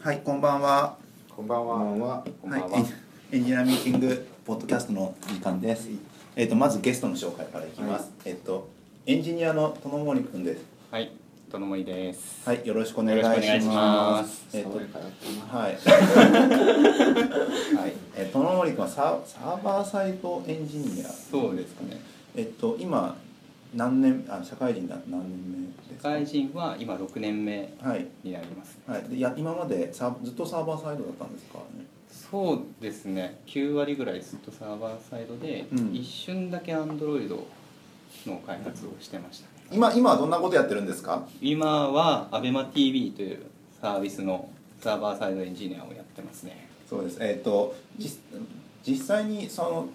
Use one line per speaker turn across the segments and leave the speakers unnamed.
はい、こんばんは。
こんばんは。こんばんは。
はい、エンエンジニアミーティングポッドキャストの時間です。えっ、とまずゲストの紹介からいきます。えっ、とエンジニアの殿森くんです。
はい、とのもりです。
はい、よろしくお願いし
よろしくお願い
ます。
します
えっ、と
爽やかだった
はい。はい、えー、殿森くんはササーバーサイトエンジニア。
そうですかね。
えっ、と今何年あ社会人だ何年目です
社
か。
会人は今6年目
はい。
になります。
はい、でや今までサーずっとサーバーサイドだったんですか、ね、
そうですね。9割ぐらいずっとサーバーサイドで、
うん
一瞬だけ Android の開発をしてましたね。
今今はどんなことやってるんですか
今は ABEMATV というサービスのサーバーサイドエンジニアをやってますね。
そうです。えっ、と実実際にその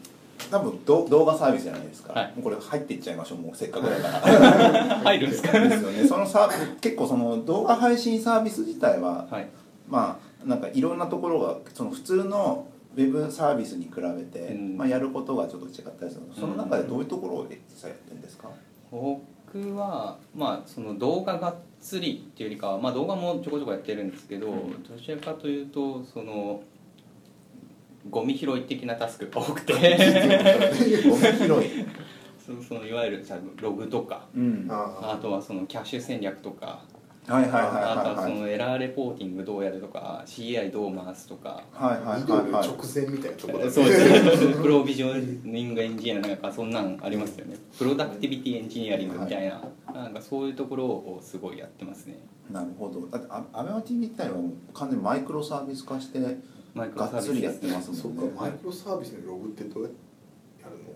多分ど動画サービスじゃないですか。
はい
もうこれ入っていっちゃいましょう。もうせっかくだから。
入るんですか。
ですよね。そのサー結構その動画配信サービス自体は、
はい。
まあなんかいろんなところがその普通のウェブサービスに比べて、
うん
まあやることがちょっと違ったりするので。その中でどういうところを実際やってるんです か。
僕は、まあ、その動画がっつりっていうよりかは、まあ、動画もちょこちょこやってるんですけど、
うん
どちらかというとそのゴミ拾い的なタスクが多く て
ゴミ拾い。
そのそのいわゆるさログとか
うん。はい
あ
あ
とはそのキャッシュ戦略とか
はいはいは
あとはいそ
はい。
のエラーレポーティングどうやるとか CI どう回すとか。
はい
あ
はい
移動
はい
の
はい
直。前みたいなところだね
そうですねプロビジョニングエンジニアなんかそんなんありますよねプロダクティビティエンジニアリングみたいな,、なんかそういうところをすごいやってますね
なるほど。だってアアベマ TV 自体はもう完全にマイクロサービス化して
マイクロ
が
サ
っ
ービ
つ
ス
り
で
やっ
す
て
ね
ます
そ
も
うんか
ね。
マイクロサービスのログってどうやってやるの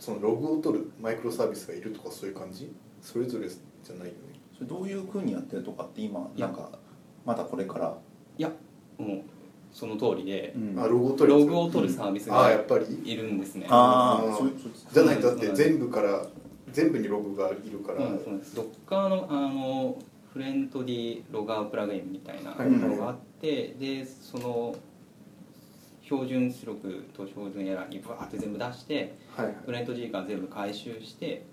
そのログを取るマイクロサービスがいるとかそういう感じそれぞれじゃないよね
それどういう風にやってるとかって今
いや
なんかまだこれから。
いやもうその通りで、
あログを取る
ログを取るサービス
ああ
が
やっぱり
いるんですね
あー
あー
そうそう
じゃないとだって全部から全部にログがいるから、
うんそうです Docker のあのフレントディロガープラグインみたいな
はい
のがあって、でその標準出力と標準エラーにバーって全部出して
はい
フレント G から全部回収して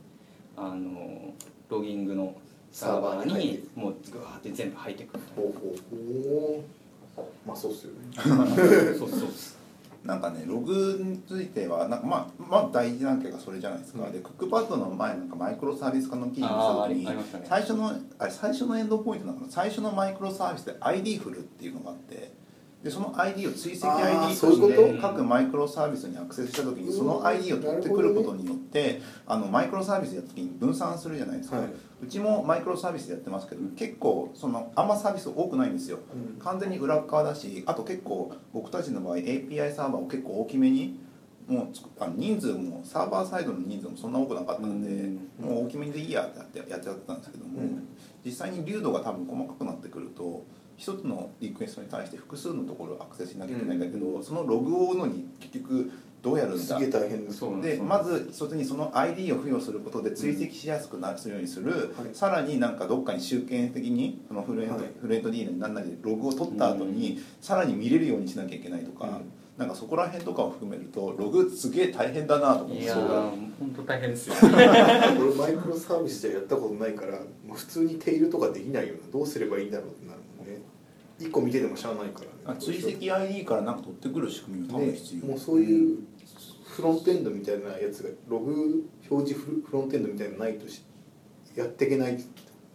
あのロギングのサーバーにもうグワーって全部入ってくる
ほうほうほうまあそうっすよね
そうそうそう
なんかねログについてはなんかまあまあ大事なけがそれじゃないですか。
うん
でクックパッドの前なんかマイクロサービス化の記事
あああ
をし
り
た
あ
時に
りましたね
最初のあれ最初のエンドポイントなのかな最初のマイクロサービスで ID 振るっていうのがあって。でその ID を追跡
あ
ID
ー
と
そういうこ
し
と
て各マイクロサービスにアクセスした時にその ID を取ってくることによってあのマイクロサービスやった時に分散するじゃないですか、
はいう
ちもマイクロサービスやってますけど結構そのあんまサービス多くないんですよ
うん
完全に裏側だしあと結構僕たちの場合 API サーバーを結構大きめにもうつくあの人数もサーバーサイドの人数もそんな多くなかったんで、
うん
もう大きめでいいやってやってやっちゃったんですけども、
うん
実際に流度が多分細かくなってくると一つのリクエストに対して複数のところをアクセスしなきゃいけないんだけど、そのログを追うのに結局どうやるん
す
だ
げえ大変です
そうなん
で
そう
まず一つにその ID を付与することで追跡しやすくなるようにする、
はい
さらになんかどっかに集計的にそのフレント、
はい
フレント D なんなりでログを取った後にさらに見れるようにしなきゃいけないとか、
うん
なんかそこら辺とかを含めるとログすげえ大変だなと思っ
い
て
や
そうだ
ー本当大変ですよ
俺マイクロサービスじゃやったことないからもう普通にテイルとかできないようなどうすればいいんだろうってなるもんね一個見ててもしゃあないからね
あ追跡 ID からなんか取ってくる仕組みも多分
ね
必要、
もうそういうフロントエンドみたいなやつがログ表示フロントエンドみたいなのないとしやっていけない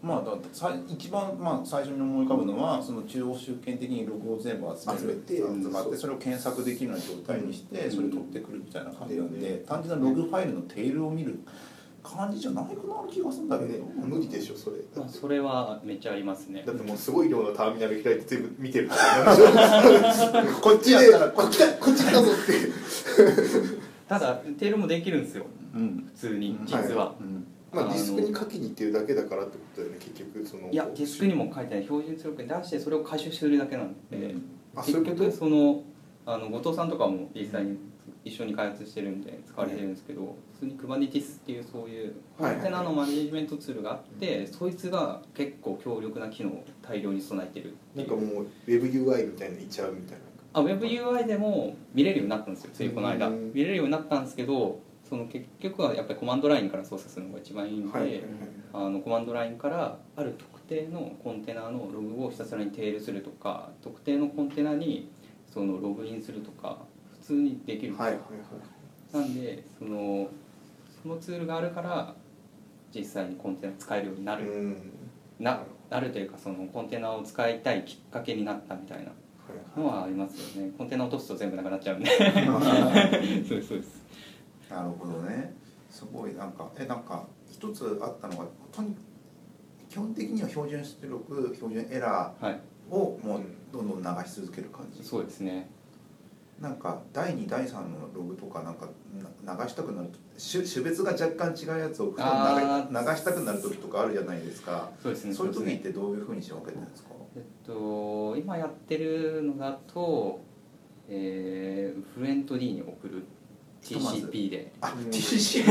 まあだってさ一番まあ最初に思い浮かぶのはその中央集権的にログを全部集める
集めて
使っ
そ
て
う
それを検索できるような状態にして
うん
それを取ってくるみたいな感じなんで
う
単純なログファイルのテールを見る感じじゃないかな気がするんだけど
ね無理でしょそれだ
まあ
って
それはめっちゃありますね
だってもうすごい量のターミナル開いて全部見てる
こっちやったらこっち
来たこっち来たぞって
ただテールもできるんですよ
うん
普通に
うん
実は、
うん
まあ
あの
ディスクに書きに行ってるだけだからってことだよね結局その
い、やディスクにも書いてない標準出力に出してそれを回収するだけなんで、
うん
あそうい
結
うこと
局そのあの後藤さんとかも実際に一緒に開発してるんで使われてるんですけど、普通に Kubernetes っていうそういう
は
コ
い
ンテナのマネジメントツールがあって、そいつが結構強力な機能を大量に備えてるって
ないん
う
かもう WebUI みたいないっちゃうみたいな
あ WebUI でも見れるようになったんですよついこの間
うん
見れるようになったんですけどその結局はやっぱりコマンドラインから操作するのが一番いいんで、
はいはいはい
あのコマンドラインからある特定のコンテナのログをひたすらにテールするとか特定のコンテナにそのログインするとか普通にできるんです
はい
よ
はいはい
なんでそのそのツールがあるから実際にコンテナ使えるようになる、
うん
ななるというかそのコンテナを使いたいきっかけになったみたいなのはありますよねコンテナ落とすと全部なくなっちゃ うんでそうですそうです
なるほどねすごいなんかえなんか一つあったのがとに基本的には標準出力標準エラ
はい
ーをもうどんどん流し続ける感じ
そうですね
なんか第2第3のログとかなんかな流したくなると種種別が若干違うやつを普段流流したくなる時とかあるじゃないですか
そうですね
そういう
です
時っ
ね
てどういうふうに仕分けてるんですか
えっと今やってるのだとえー、フレント D に送る
ひとまず
TCP で
あ
うん
TCP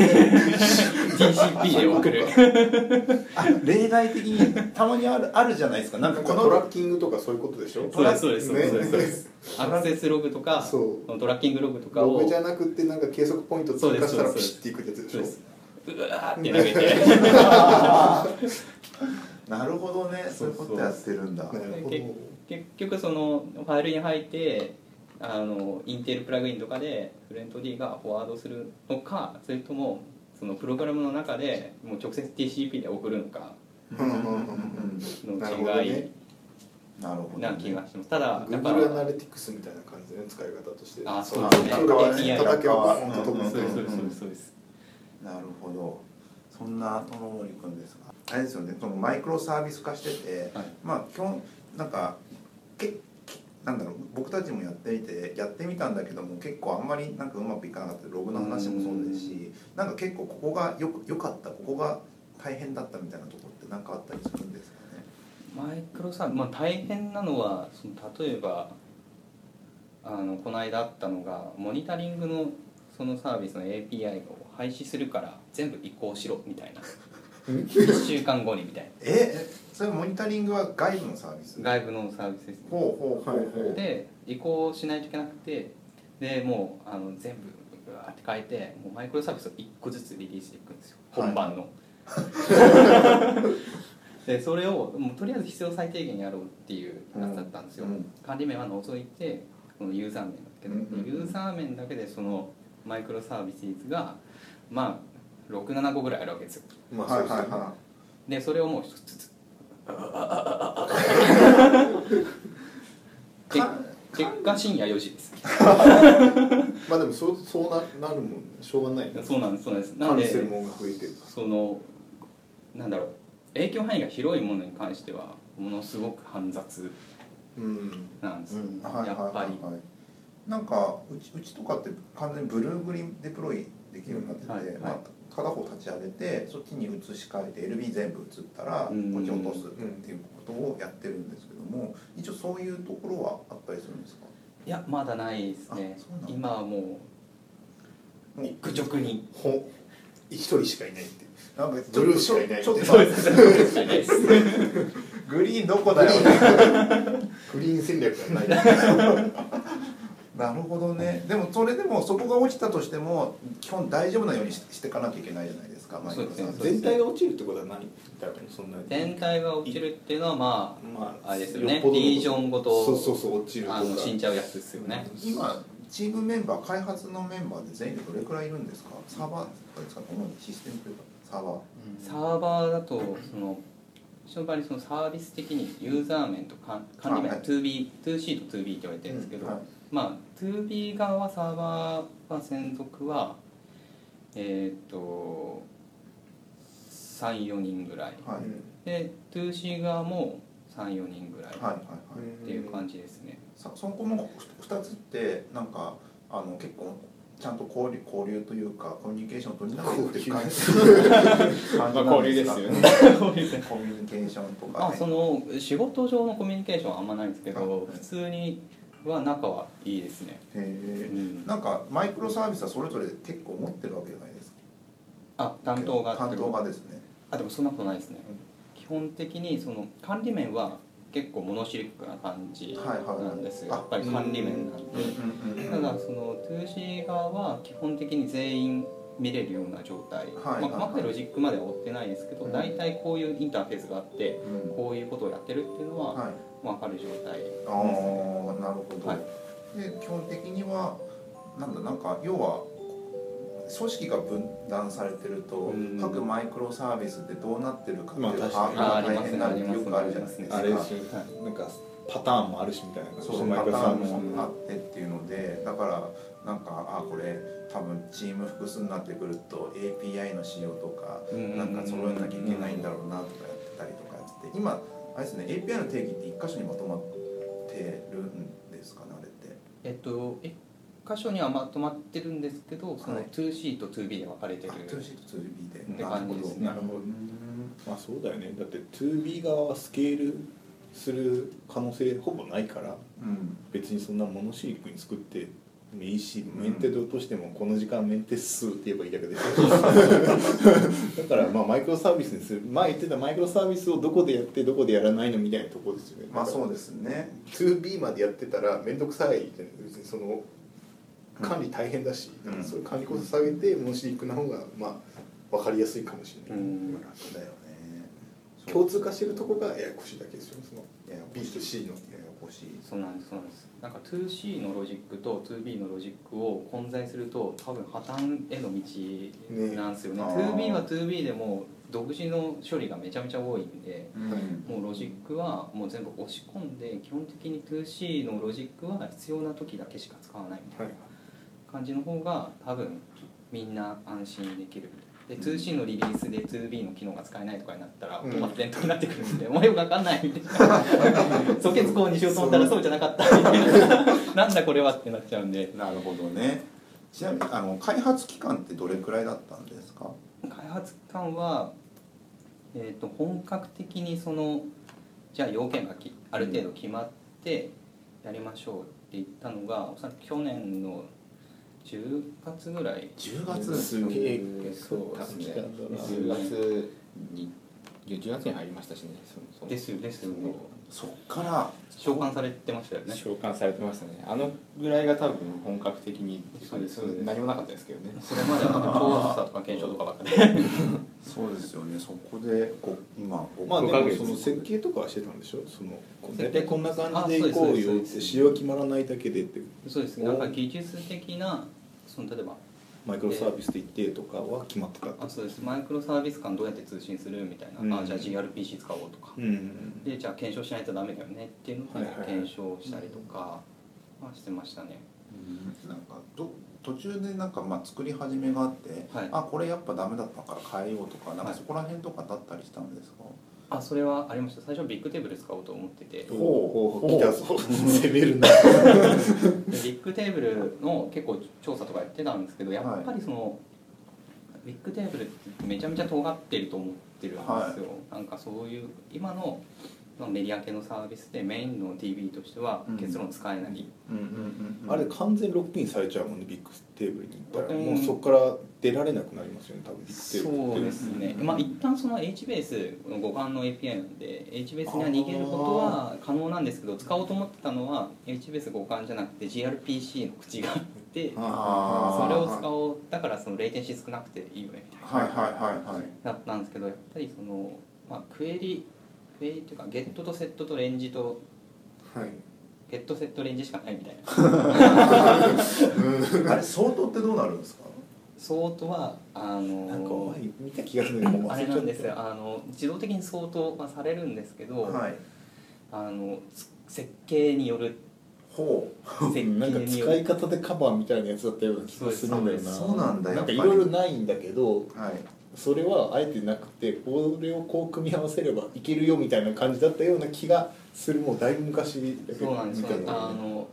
TCP で送る
あ例外的にたまにあるあるじゃないですかな
なん
んか
か
こ
トラ
の
ッキングとかそういうことでしょ
そうですそうですそうですそうですそうですア
ね
クセスログとか
そう
トラッキングログとか
ロ
を
グじゃなくてなんか計測ポイント追加したらピシッていくやつでし
そう
ょ
ですうわーって投 げて
なるほどねそういうことやってるんだ
なるほど
結局そのファイルに入ってあのインテルプラグインとかでフレント D がフォワードするのかそれともそのプログラムの中でもう直接 TCP で送るのか
うんうんうんなるほど
の違い
ね
なるほど
な気がしますただだから
Google アナリティクスみたいな感じでね使い方として
あそう
ですね
それが叩けば
うん
本当飛ぶ
そう
みたいな
ですそうですそうですそうです
なるほどそんな友森くんですがあれですよねそのマイクロサービス化してて、
はい
まあ基本なんかけなんだろう僕たちもやってみてやってみたんだけども結構あんまりなんかうまくいかなかったログの話もそうですしなんか結構ここがよく良かったここが大変だったみたいなところって何かあったりするんですかね
マイクロサービス、まあ、大変なのはその例えばあのこの間あったのがモニタリングのそのサービスの API を廃止するから全部移行しろみたいな1週間後にみたいな
ええそれモニタリングは外部のサービス
外部のサービスですね
ほうほうほうほう、
はいはい
で移行しないといけなくてでもうあの全部うわーって変えてもうマイクロサービスを1個ずつリリースしていくんですよ
はい
本番の、でそれをもうとりあえず必要最低限やろうっていうやつだったんですよ、
うんうん
管理面は除いてこのユーザー面だけど、
うんうんうん
ユーザー面だけでそのマイクロサービス率がまあ67個ぐらいあるわけですよ
まあ
は
そ
いうは
で
い
すね
は
でそれをもう一つずつ
い
で結果深夜4時です
まあでもそうそうななるもんしょうがないね
そうなんですそうなんですなん
関
で
するもんが増えてる
そのなんだろう影響範囲が広いものに関してはものすごく煩雑
うん
なんです、
うんはいはい
やっぱり、
はいはいなんかうちうちとかって完全にブルーグリーンデプロイできるようになってて、
はいはい
まあ、片方立ち上げてそっちに移し替えて LB 全部移ったらこ
うん
っち落とすっていうことをやってるんですけども一応そういうところはあったりするんですか
いやまだないですね
あそうなんだ
今はもう
もう
愚直に
ほ一人しかいないっていう
なんか
ブルーしかいない
ちょっと
そうですそうですそうです
グリーンどこだよ
グリーン戦略がない
なるほどねでもそれでもそこが落ちたとしても基本大丈夫なようにししていかなきゃいけないじゃないですかマイクロさん
そうですね
全体が落ちるってことはないだろうそんな
全体が落ちるっていうのはま
ま
ああれですよね
っぽどのこと
リージョンごと
そうそうそう落ちると
あ
か
あの死んじゃうやつですよね
今チームメンバー開発のメンバーで全員でどれくらいいるんですかサーバーとかですか主にシステムというかサーバー
サーバーだとその私の場合そのサービス的にユーザー面と管管理面
あはい
2B2C と 2B って言われてるんですけど、
はい
まあ 2B 側はサーバーは専属はえーっと34人ぐらい、
はい
で 2C 側も34人ぐらい
はいはいは
っ
い
ていう感じですね、
さそこも2つってなんかあの結構ちゃんと交流交流というかコミュニケーションを取りながらやってる感じ 感じなんか
ね
コミュニケーションとか、
まあその仕事上のコミュニケーションはあんまないんですけ
あは
ど
い
普通には仲はいいですね、
へ
う
え
ん、
なんかマイクロサービスはそれぞれ結構持ってるわけじゃないですか
あ担当が
担当がですね
あでもそんなことないですね、基本的にその管理面は結構物知りくな感じ
はいはいはい
なんですよ、
あ
やっぱり管理面なんで、
うんうんうん
ただその 2C 側は基本的に全員見れるような状態、
はい
ま
はい
細かいロジックまでは追ってないですけど、
うん
大体こういうインターフェースがあって
うん
こういうことをやってるっていうのは
はい
分かる状態
ああなるほど、
は
で基本的にはなんだなんか要は組織が分断されてると
うん
各マイクロサービスってどうなってるかっていう
まあ確
把
か
握
に
が
あーあり
大
ます
変
ね
なの
あ
よ
り
く
ま
あ
す
る
ね
じゃないです
あれ
か
し、なんかパターンもあるしみたいな感じ
そ
で
う
マ
パタ
イクロサ
ー
ー
ン
ビスも
もあってっていうのでだからなんかあーこれ多分チーム複数になってくると API の仕様とかなんか揃えなきゃいけないんだろうなとかやってたりとかって今あれですね API の定義って一箇所にまとまってるんですかねあれって。
えっと一箇所にはまとまってるんですけどその
はい
2C と 2B で分かれてる、
あ 2C と 2B で
って感じですね
なるほどねまあそうだよねだって 2B 側はスケールする可能性ほぼないから
うん
別にそんなモノシリックに作ってもいいし、メンテドとしてもこの時間メンテ数って言えばいいだけで だからまあマイクロサービスにする前言ってたマイクロサービスをどこでやってどこでやらないのみたいなところですよね
まあそううですね
2B までやってたら面倒くさいじゃない別にその管理大変だし、
うん
それ管理コスト下げてモノシリックな方がまあ分かりやすいかもしれない、
うん
楽だよね
共通化してるとこがややこしいだけですよねその
ややこ
B
し
と C の
いややこしい
そうなんですそうなんですなんか 2C のロジックと 2B のロジックを混在すると多分破綻への道なんですよね
ねあー
2B は 2B でもう独自の処理がめちゃめちゃ多いんで
うん
もうロジックはもう全部押し込んで基本的に 2C のロジックは必要な時だけしか使わないみたいな感じの方が多分みんな安心できるで 2C のリリースで 2B の機能が使えないとかになったら
うん
もう伝統になってくるんで、 もうよくわかんないみたい な素結構にしようと思ったらそうじゃなかったみたい ななんだこれはってなっちゃうんで
なるほどねちなみにあの開発期間ってどれくらいだったんですか
開発期間は、えー、と本格的にそのじゃあ要件がきある程度決まってやりましょうって言ったのがおそらく去年の10月ぐらい
10
すげえ
そうですね
10
10
月
月に10月に入りましたしねその
ですよですよね
そっから
召喚されてましたよね
召喚されてましたねあのぐらいが多分本格的に
そうですそうです
何もなかったですけどね
それまではなんか調査とか検証とかば っかで
そうですよねそこでこ今こ
まあで
五ヶ
も
月
その設計とかはしてたんでしょそのこう
設計
大体こんな感じでいこう
あそ
よ
う
っ
ですそう
て
です
仕様決まらないだけでって
そうですねなんか技術的なその例えば
マイクロサービスで言ってとかは決まってた
あそうですマイクロサービス間どうやって通信するみたいな、
うん
あじゃあ GRPC 使おうとか、
うん
でじゃあ検証しないとダメだよねっていうの
はい
で
はいはい
検証したりとかはしてましたね、
うんなんかど途中でなんかまあ作り始めがあって、
はい
あこれやっぱダメだったから変えようとかなん
は
か
い
そこら辺とかだったりしたんですか、
あそれはありました最初ビッグテーブル使おうと思っててで
ほう
ほう来たぞ攻めるな
ビッグテーブルの結構調査とかやってたんですけどやっぱりその、ビッグテーブルってめちゃめちゃ尖ってると思ってるんですよ、
は
なんかそういう今のまあメディア系のサービスでメインの TV としては
うん
結論使えない、
うんうん
あれ完全ロックインされちゃうもんねビッグテーブルに行ったら
うん
もうそこから出られなくなりますよね多分ビッグテーブ
そう
ル
で
って
すね、まあ一旦その HBase の互換の API なんで HBase には逃げることは可能なんですけど使おうと思ってたのは HBase 互換じゃなくて GRPC の口があって
あー
それを使おうだからそのレイテンシー少なくていいよねみたいな
はいはいはいはい
だったんですけどやっぱりその、まあ、クエリクエリというかゲットとセットとレンジと
はい
ゲットセットレンジしかないみたいな
あれ相当ってどうなるんですか
相当はあの
なんか前見た気がするんだけどもう
あ
忘れ
れ
ちゃ
な
った
んですよあの自動的に相当はされるんですけど、
はい
あのつ設計による
ほう
設計
なんか
によ
使い
る
方でカバーみたいなやつだったような気がするんだよな
そうなんだや
な
っ
ん
ぱ
か
り
いろいろないんだけど
はい
それはあえてなくてこれをこう組み合わせればいけるよみたいな感じだったような気がするもうだいぶ昔だけ
そう
ど
なんです
見た
よ
んだ
あ
よね
の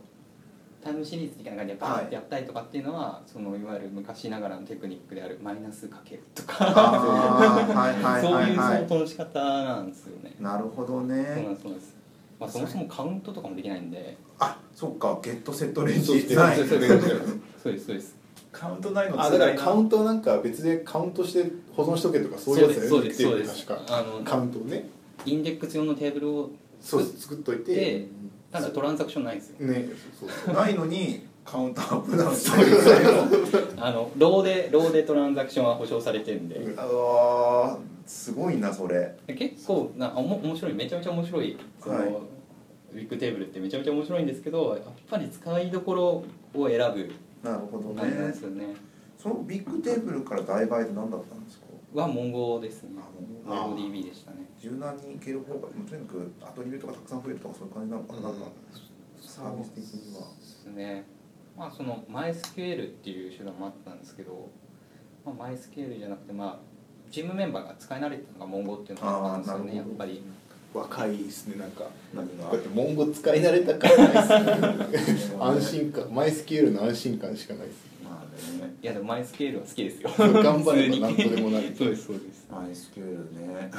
タイムシリーズ的な感じでバーンってやったりとかっていうのは、そのいわゆる昔ながらのテクニックであるマイナスかける とか
あーはいはい
そう
はいいうは
相
い
当の仕方なんですよね、
なるほど
そうな
ね
んですそうなんですまあ、そもそもカウントとかもできないんで
あそっかゲットセットレン
そう
ジ
です
ない
ゲットセット
そうですそうです
カウントないの
あだからカウントなんか別でカウントして保存しとけとかそういうやつだ
そ
よ
う
ねっ
です
てい
そう
う
で
の
すそうで
確
す
か
あの
カウントをね
インデックス用のテーブルを
そう作っといて
でただトランザクションないんですよ
ねそうそう
ないのにカウントアップダウンしてるぐらい の
あのローでローでトランザクションは保証されてるんで、
うわーすごいなそれ
結構なおも面白いめちゃめちゃ面白いその、
はい
ビッグテーブルってめちゃめちゃ面白いんですけどやっぱり使いどころを選ぶ
なるほど
感じなん
ね
ですよね
そのビッグテーブルから代替えて何だったんですか
は文豪ですね
あ
あ
ODB でしたね
柔軟にいける方がもうとにかくアトリエとかたくさん増えるとかそういう感じなのかな,、なんかサービス的には
ですねまあその MySQL っていう手段もあったんですけど、まあ、MySQL じゃなくてまあチームメンバーが使い慣れてたのが文豪っていうのがあったんですよね
あ
や
ーな
っ
るほ
ぱ
ど
り
若いですねなんか
何
こ
が
うやって文語使い慣れたからないですね安心感マイスケールの安心感しかないです
まあね
いやでも MySQL は好きですよ
頑張れば何とでもなる
そうですそうです
MySQL ね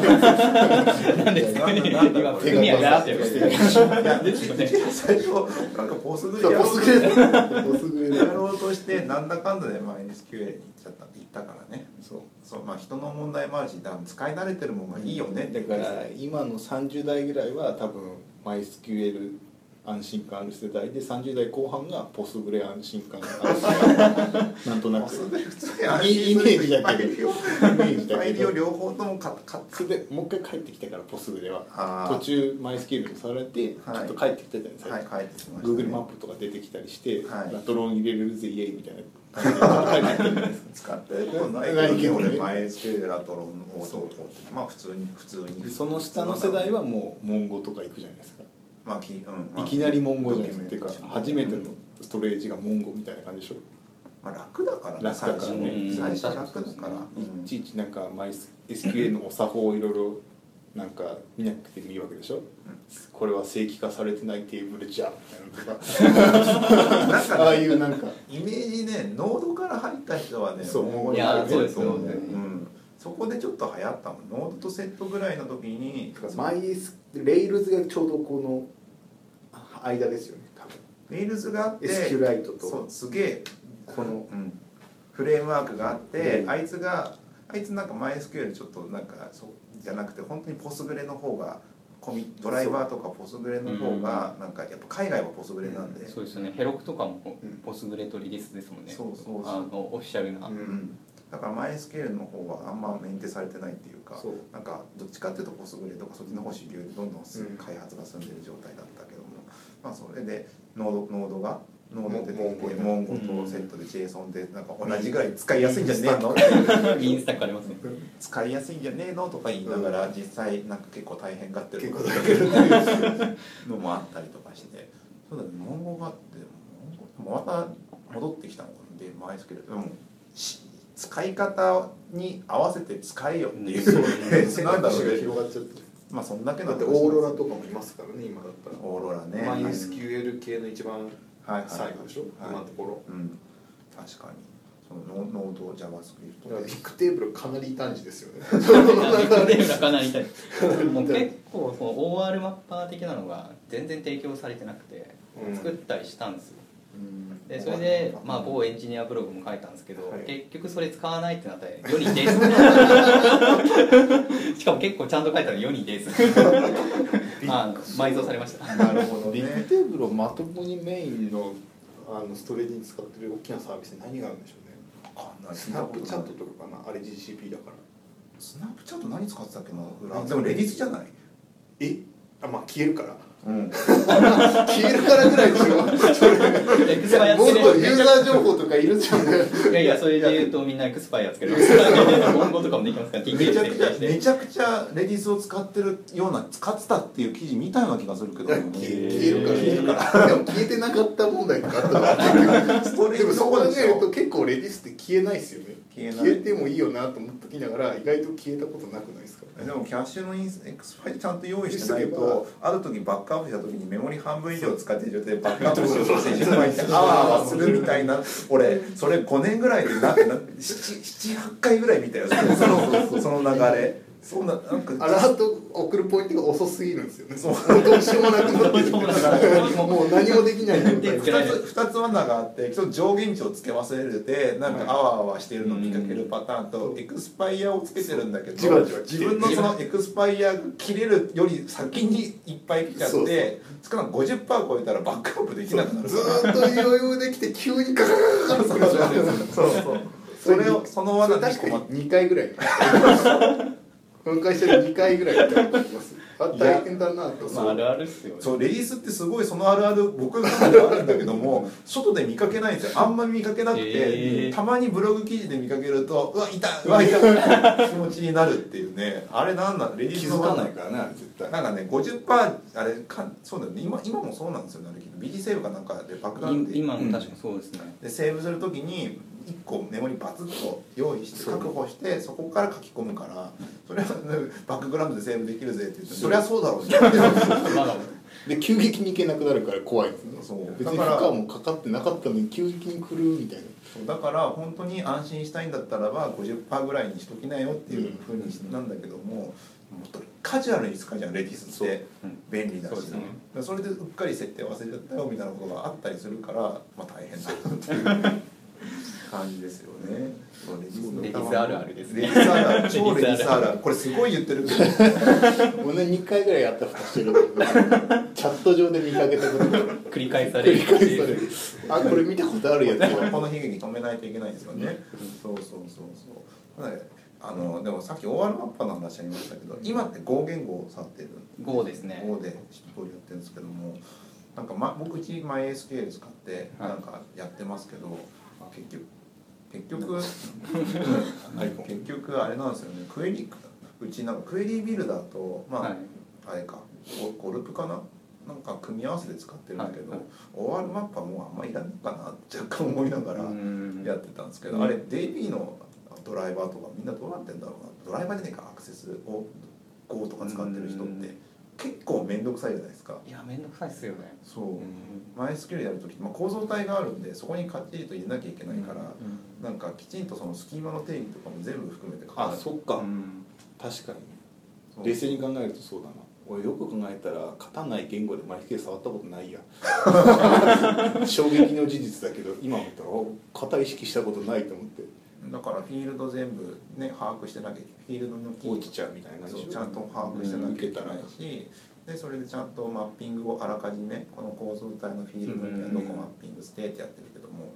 なんですかね
いやなんだ
今
こ
れ
組合があってる
手
いや
ですよね
最初なんかポスグ
そう
や
ボ
ろ
ス
う
グレーボスグレ
や
ーだ
ろうとしてなんだかんだで MySQL に行っちゃった行ったからね
そう
そうまあ人の問題もあるし多分使い慣れてるもんがいいよねって
だから今の30代ぐらいは多分マイス QL 安心感ある世代で30代後半がポスグレ安心感ある世代 なんとな
ポ
く
ス
イ
グ
メ
普通に安
イメ
心する
ー
人
ジ
いっ
だ
ぱ
け
いい
どイ
るよ
メージだけ
大量
ど
両方とも買った買っ
それでもう一回帰ってきたからポスグレは
あー
途中マイス QL にされてちょ
はい
っと帰ってきたじゃないです
た
か、
はい帰ってきました、ね、
Google マップとか出てきたりして、
はい
ラトロン入れるぜイエイみたいな感じで帰ってきたじゃないですか
使ってることない
ない
け
け
ど
ど
ね
ね
俺 MySQL ラトロンオートまあ普通に普通に
でその下の世代はもうモンゴとか行くじゃないですか
まあき、うんまあ、
いきなりモンゴじゃないですかっていうか
うん
初めてのストレージがモンゴみたいな感じでしょ
まあ楽だから
楽だからね
最初ね
うん
最初楽だから、
いちいちなんかマイス SQL のお作法をいろいろなんか見なくてもいいわけでしょこれは正規化されてないテーブルじゃんみたいなのと か
なんか、ね、
ああいうなんか
イメージねノードから入った人はね
そう
も
いやーそうですよね
うん、そこでちょっと流行ったもんノードとセットぐらいの時に
マイスレイルズがちょうどこの間ですよね多分
メールズがあって
SQLite と
そうすげえ
この
うん、フレームワークがあって、
うん
あいつがあいつなんか MySQL ちょっとなんかそうじゃなくて本当にポスグレの方がコミドライバーとかポスグレの方がなんかやっぱ海外はポスグレなんで、
そうですよねヘロクとかも
うん
ポスグレートリリースですもんね
そうそうそう
あのオフィシャルな、
うん
うんだから MySQL の方はあんまメンテされてないっていうか
そう
なんかどっちかっていうとポスグレとかそっちの方主流でどんどんす
うん
開発が進んでる状態だったけども、まあそれでノードノードがノードで
モンゴ
モンゴとセットで JSON でなんか同じぐらい使いやすいんじゃねえの
インスタックありますね
使いやすいんじゃねえのとか言いながら、実際なんか結構大変がって
結
るこ
構
と
だ
だ
け
け
ど
ど
ね
のもあったりとかしてそうだねモンゴがあってモンゴまた戻ってきたのかなでマイスケルでもし使い方に合わせて使えよっていう、
選
なんだ
択
ろ
肢が広
うね
がっちゃって
まあそんだけ
だ
の
ってオーロラとかもいますからね今だったら
オーロラね
マイ SQL 系の一番
はいはい
最後でしょ、
はい
今のところ
うん確かにそのノノード JavaScript
だから
で
ビッグテーブルかなり異端児です よね
かなり痛いもう結構その OR マッパー的なのが全然提供されてなくて
うん
作ったりしたんですよ
うん
でそれで、まあ、某エンジニアブログも書いたんですけど、
はい
結局それ使わないってなって世に出 ずしかも結構ちゃんと書いたら世に 出ずあの埋蔵されました
なるほど
ビッグ
ね
テーブルをまともにメインの
あのストレージに使ってる大きなサービスに何があるんでしょうねスナップチャットとかかなあれ GCP だから
スナップチャット何使ってたっけなでもレディスじゃない
えあまあ消えるから
う ん
消えるからぐらいでしょそれ
エクスパイやっ
も
つ
っ
け
と
る
ユーザー情報とかいるじゃん
いやいやそれで言うとみんなエクスパイやっつける 今後とかもできますから
め
TK
ちゃ
して
くちゃ
して
めちゃくちゃレディースを使ってるような使ってたっていう記事見たような気がするけど
消えるから
消え
るから
でも消えてなかった問題とかあったから結局でもそう考えると結構レディスって消えないですよね
消えない
てもいいよなと思っときながら意外と消えたことなくないですか
でもキャッシュのインスエクスファイルちゃんと用意してないとある時バックアップした時にメモリ半分以上使ってる状態でバックアップしようと して10枚ってあわあわするみたいな俺それ5年ぐらいでなってな78回ぐらい見たよそのその流れそうななんか
アラート送るポイントが遅すぎるんですよね
そう
どうしようもなくなって
どうしようもなくな
る
る
もう何もできない状態
手つけ
2
られる
つ二つ罠があって一つ上限値をつけ忘れてなんかあわあわしてるのを見かけるパターンとエクスパイアをつけてるんだけど
じわじわ
自分のそのエクスパイアが切れるより先にいっぱい来ちゃっ
そう
て少なくとも50%超えたらバックアップできなくなる
ずーっと余裕できて急にガガガ ガガってなる
そうそうそれをその
それ
罠に
確か
困って
に2回ぐらい分解してる2回ぐらいだと思いますあ大変だなと
まああるあるっすよね
そうレディースってすごいそのあるある僕の中ではあるんだけども外で見かけないんですよあんまり見かけなくて、
えー
たまにブログ記事で見かけるとうわいたうわいた気持ちになるっていうねあれなんなんレディー
気
ス
づかない
か
からねあれ絶対
なんかね50%あれかそうだよね今今もそうなんですよねあれきっと BG セーブかなんかで爆弾で
い今も確かそうですね、
でセーブするときに1個メモリバツッと用意して
そう
確保してそこから書き込むからそれは、ねバックグラウンドでセーブできるぜって言ってそりゃそうだろうって言って
まだ
で急激に行けなくなるから怖いんですね
そう
別に負
だから
荷もかかってなかったのに急激に来るみたいな
そうだから本当に安心したいんだったらば50%ぐらいにしときなよっていうふうにしなんだけども、もっとカジュアルに使うじゃんレディースって
そううん
便利だし
そうですね
それでうっかり設定忘れちゃったよみたいなことがあったりするから、まあ、大変だなっていう感じですよね。そうレディースの
レディースあるあるですね
レディースあるある超レディースあるあるこれすごい言ってるけど
俺2回ぐらいやったふたしてるんだけどチャット上で見かけたことが
繰り返され
繰
る
り返されるあこれ見たことあるやつ
この悲劇止めないといけないですよね。そうそうそうそう。ただあのでもさっき OR マッパの話ありましたけど、今って5言語を去ってる。
Go ですね
Go で一通りやってるんですけども、なんかま僕うち MySQL 使って
はい
なんかやってますけど、結局結局結局あれなんですよね。クエリうちなんかクエリビルダーとまあ、
はい
あれかゴゴルプかななんか組み合わせで使ってるんだけど、
はい
OR マップはもうあんまいらないかなって若干思いながら
うん
やってたんですけど、
うん
あれ DB のドライバーとかみんなどうなってんだろうなドライバーじゃねえかアクセスを Go とか使ってる人っ
うん
て結構面倒くさいじゃないですか
いやめんどくさいっすよね
そう、MySQL やるとき、まあ、構造体があるんでそこにかっちりと入れなきゃいけないから、なんかきちんとそのスキーマの定義とかも全部含めて書かない
あそっ
う
か、
ん
確かに
そう
冷静に考えるとそうだな俺よく考えたら勝たない言語で毎回触ったことないや衝撃の事実だけど今思ったらお肩意識したことないと思って
だからフィールド全部ね把握してなきゃフィールドのキー
落ちちゃうみたいな感
そう
じ
ちゃんと把握してなきゃいけないし、でそれでちゃんとマッピングをあらかじめこの構造体のフィールドにはどこマッピングしてってやってるけども、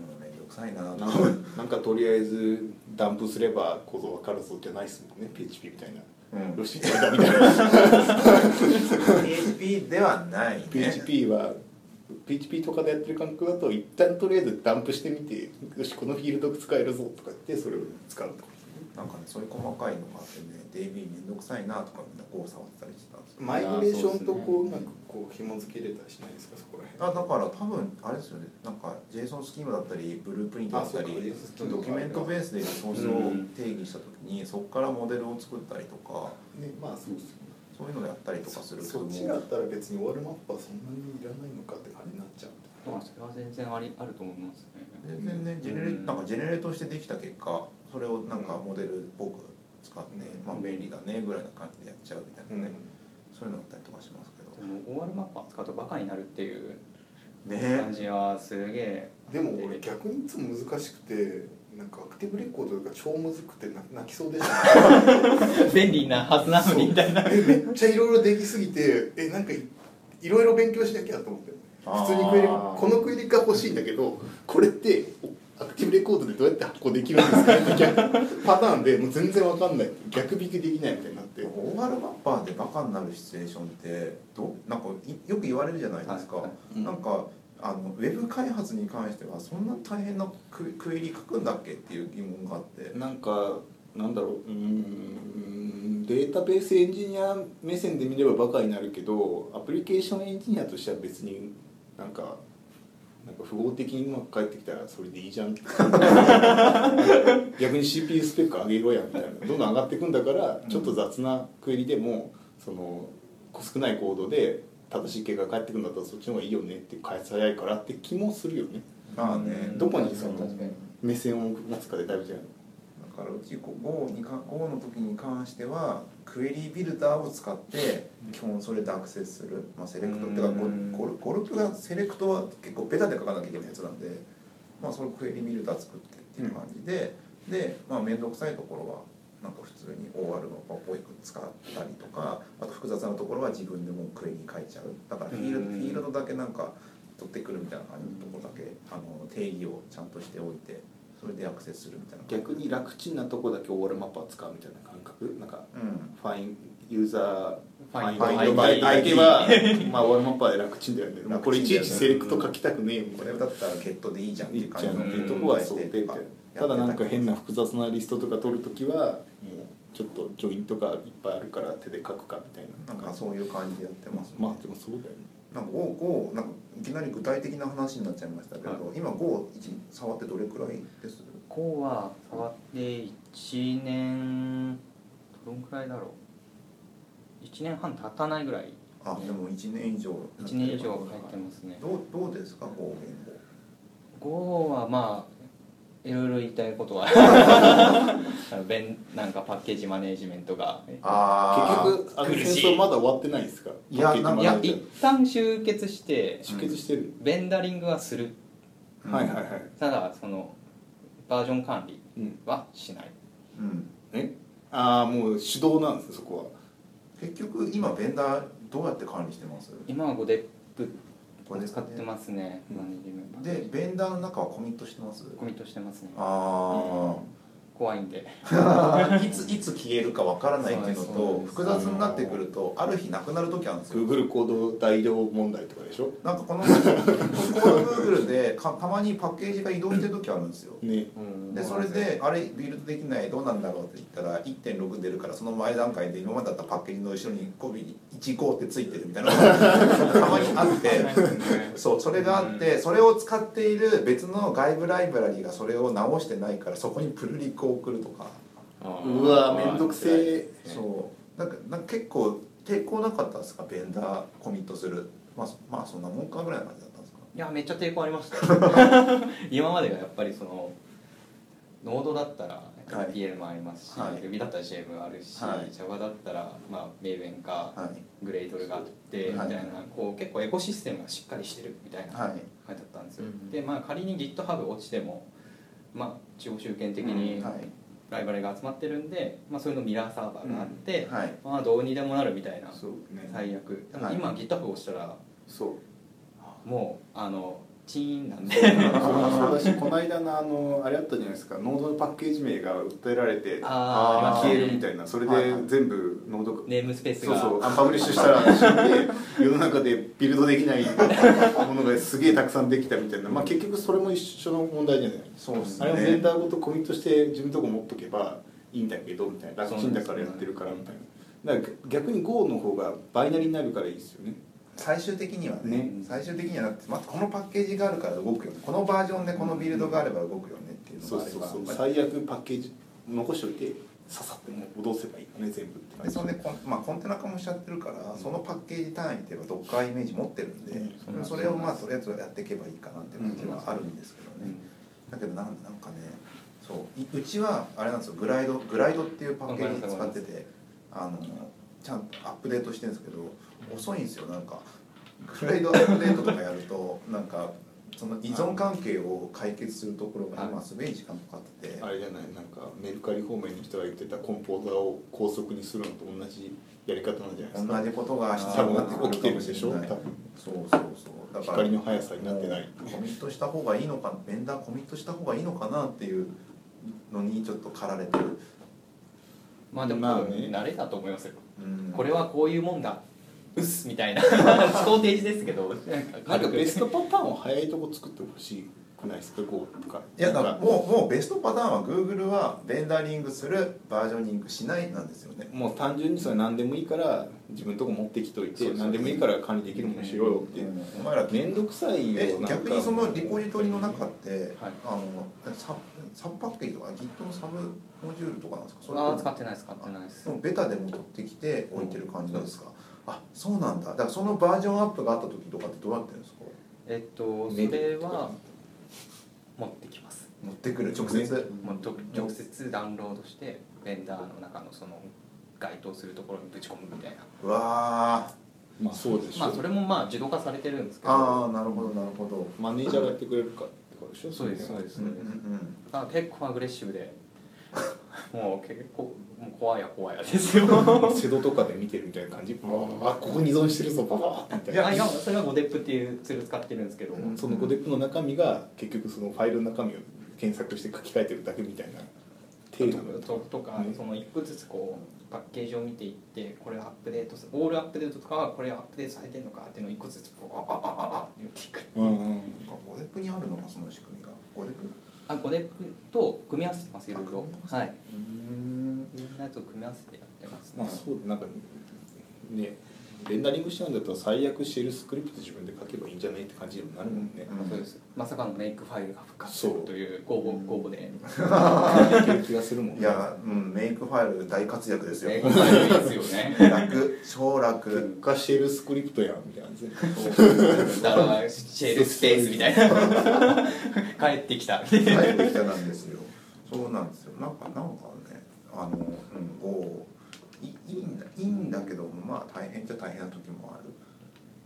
うん、めんどくさいなと
なんかなんかとりあえずダンプすれば構造わかるぞじゃないっすもんね PHP みたいな
うん
ロシアみたいな
PHP ではないね
PHP は PHP とかでやってる感覚だと一旦とりあえずダンプしてみてよしこのフィールド使えるぞとか言ってそれを使うとか
なんかねそういう細かいのがあってね DB めんどくさいなとかみんなこう触ってたりしてたんですよ
マイグレーションとこうなんかこう紐付けれたりしないですかそこら辺
あだから多分あれですよねなんか JSON スキームだったりブループリントだった
あそうか
り
JSON スキーム
ドキュメントベースでリソースを定義した時にそこからモデルを作ったりとか
ねまあそうですよね
そういうのやったりとかするけど
そっ
も
ちだったら別に終わるマップはそんなにいらないのかって感じになっちゃう
まあそれは全然ありあると思いますね
全然ねジェネレなんかジェネレートしてできた結果それをなんかモデルっぽく使って、まあ、便利だねぐらいな感じでやっちゃうみたいなね、そういうのあったりとかしますけ
でも OR マッパー使うとバカになるっていう
ど
感
ね
じはすげえ
でも俺逆にいつも難しくてなんかアクティブレコードが超むずくてな泣きそうでした
便利なはずなのにみたいな
えめっちゃいろいろできすぎてえなんかいいろいろ勉強しなきゃと思って
あー
普通にクエリこのクエリが欲しいんだけどこれっておアクティブレコードでどうやって発行できるんですかって逆パターンでもう全然わかんない逆引きできないみたいになって
でオーバルマッパーでバカになるシチュエーションってどなんかいよく言われるじゃないですか、
はいは
なんかあのウェブ開発に関してはそんな大変なククエリ書くんだっけっていう疑問があって
なんかなんだろううーんデータベースエンジニア目線で見ればバカになるけどアプリケーションエンジニアとしては別になんかなんか符号的にうまく返ってきたらそれでいいじゃん逆に CPU スペック上げろやみたいなどんどん上がっていくんだからちょっと雑なクエリでもその少ないコードで正しい結果が返ってくるんだったらそっちの方がいいよねって返す早いからって気もするよね
まあね
どこにその
確かに
目線を持つかでだいぶ違う
なんからうち Go, にか Go の時に関してはクエリービルダーを使って基本それでアクセスする、まあ、セレクトってかゴ
うん
ゴルゴルプがセレクトは結構ベタで書かなきゃいけないやつなんで、まあ、そのクエリービルダー作ってっていう感じで、で、まあ、面倒くさいところはなんか普通に OR のパポイク使ったりとかあと複雑なところは自分でもうクエリー書いちゃうだからフィールド
うん
フィールドだけなんか取ってくるみたいな感じのところだけあの定義をちゃんとしておいてそれでアクセスするみたいな
逆に楽ちんなとこだけオールマップは使うみたいな感覚なんか
うん
ファインユーザーフ
ァ
ァ
イン
イン
ファイン
ドバイだけは まあオールマップは楽ちんだよねもうこれいちいちセレクト書きたくねえみ
こ
たい
れだ
な
ったらゲットでいいじゃんっていう感じ
いいじゃんっていう
とこは想
して
定みたいな
ただなんか変
な
な複雑なリストとか取るときはもうちょっとジョインとかいっぱいあるから手で書くかみたいな
なんかそういう感じでやってます、
まあでもそうだよね
なんか GO なんかいきなり具体的な話になっちゃいましたけど、
はい
今 GO 触ってどれくらいです
こうは触って1年どんくらいだろう1年半経たないぐらい
あでも1年以上やって
1
る
年以上入ってますね
どうどうですか GO 言語
GO はまあいろいろ言いたいことはあの便なんかパッケージマネージメントが
あ
結局あの
苦し
戦
い
争まだ終わってないんですか
いやなん
いや一旦集結して
出血してる、
ベンダリングはする
うん
はいはいはい
ただそのバージョン管理
うん
はしない
うん、
えああもう手動なんですねそこ
結局今ベンダーどうやって管理してます
今は GoDep を
で
使ってますね
うん
マネージメン
で
ト
ベンダーの中はコミットしてます
コミットしてますね
あ
怖いんで
あ いついつ消えるかわからないっていうの
そう
と
です
複雑になってくるとある日なくなる時あるんです
は
よ
Google コード大量問題とかでしょ
なんかこの ここの Google でかたまにパッケージが移動してる時あるんですよ
ね
でそれであれビルドできないどうなんだろうって言ったら1.6出るからその前段階で今までだったパッケージの後ろに語尾に15ってついてるみたいなのが たまにあってそうそれがあってそれを使っている別の外部ライブラリがそれを直してないからそこにプルリクを送るとか
うわめんどくせえ
そうなんかなんか結構抵抗なかったですかベンダーコミットするまあそまあそんなもんかぐらいの感じだったんですか
いやめっちゃ抵抗ありま した今までがやっぱりそのノードだったら
はい
PL もありますし、
はい
Ruby だったら JM あるし、
はい
Java だったら、まあ、Maven か、
はい
グレードルがあってみ
は
た
い
いなこう結構エコシステムがしっかりしてるみたいな
は
書
い
いてあったんですよ
うん
でまあ仮に GitHub 落ちてもまあ中央集権的に
はい
ライバルが集まってるんでまあそれのミラーサーバーがあって
はい
まあどうにでもなるみたいな
そうね
最悪でも
はい
今 GitHub 落ちたら
そう
もうあのチーン なんで
そうだしこの間のあのあれあったじゃないですかノードのパッケージ名が訴えられて
あー
消えるみたいなそれで
はいはい
全部ノード
ネームスペース
そう
が
そうアンパブリッシュしたら死んで世の中でビルドできないものがすげえたくさんできたみたいな、まあ、結局それも一緒の問題じゃない
そうです
あ
ね
れもベンダーごとコミットして自分のとこ持っとけばいいんだけどみたいな楽ちんだからやってるからみたいなだから逆に GO の方がバイナリーになるからいいですよね
最終的にはね
ね
最終的にはなくて、まあ、このパッケージがあるから動くよねこのバージョンでこのビルドがあれば動くよねっていう
そ
のが
う
あれ
そう
ば
そう最悪パッケージ残しておいてささってもう戻せばいいよね全部って
でそれでコン,、まあ、コンテナ化もしちゃってるから、そのパッケージ単位っていえばドッカーイメージ持ってるんで、
うん
それをまあとりあえずやっていけばいいかなっていう感じはあるんですけどね、だけどなんなんかねそういうちはあれなんですよグライドグライドっていうパッケージ使っててあのちゃんとアップデートしてるんですけど遅いんですよなんかグライドアップデートとかやるとなんかその依存関係を解決するところが今すごい時間かかってて、
あれじゃないなんかメルカリ方面の人が言ってたコンポーザーを高速にするのと同じやり方なんじゃないですか
同じことが必
多
要になってくるかも
分起
し
き
れな
てる
い
でしょ多分
そうそうそうだから
光の速さになってない
コミットした方がいいのかベンダーコミットした方がいいのかなっていうのにちょっと駆られてる、
まあでも
まあ
多
ね
分慣れだと思いますよ
うん、
これはこういうもんだうっすみたい な思考停止ですけどなんか
なん
軽
か
く
ベストパターンを早いとこ作ってほしくないですか GO とか
いやだから
なんか
もうもうベストパターンは Google はベンダリングするバージョニングしないなんですよね
もう単純にそれ何でもいいから自分のとこ持ってきとい
そうそ
て
う
何でもいいから管理できるものにしようよって
うんお前ら
面倒くさい
え
よなんか
逆にそのリポジトリの中って、
はい
あのササブパッケージとか Git のサブモジュールとかなんですか
あー
と
使ってない使ってないです
もうベタでも取ってきて置いてる感じなんですか、あそうなんだだからそのバージョンアップがあった時とかってどうなってるんですか
えっとそ
メニュ
れ
ーとか
は持ってきます
持ってくる直接
もうと直接ダウンロードしてベンダーの中のその該当するところにぶち込むみたいな
うわ
まあそうでしょ、
まあそれもまあ自動化されてるんです
ー
けど
ああなるほどなるほど
マネージャーがやってくれるかってことでしょ
そうですそうですす
うん
そううんです
うん
だから結構アグレッシブでもう結構もう怖いや怖いやですよ
瀬戸とかで見てるみたいな感じバババババ
あここに依存してるぞパパみたい
いや
な
あいやそれはゴデップっていうツール使ってるんですけど、
うん
そのゴデップの中身が結局そのファイルの中身を検索して書き換えてるだけみたいな程度の
ととか、
ね
その一個ずつこうパッケージを見ていってこれアップデートすオールアップデートとかはこれアップデートされてるのかっていうのを一個ずつこうあああああって言っていく
うんうん
なんかゴデップにあるのかその仕組みがゴデップ
あゴデップと組み合わせてますいろいろはいう
ーん
みんなと組み合わせてやってます
ま
ね、
あそうなんかねレンダリングしちゃうんだったら最悪シェルスクリプト自分で書けばいいんじゃないって感じにもなるもんね、
うん
そうですまさかのメイクファイルが復活するというご応募ご応募で
いける気がするもんね
いやうんメイクファイル大活躍ですよ
メイクファイルいいですよね
楽超
結
楽
果シェルスクリプトやんみたいなね
だからシェールスペースみたいな 帰ってきたみたいな
帰ってきたなんですよそうなんですよなんかなんかねあのうんこういいいんだいいんだけどまあ大変っちゃ大変な時もある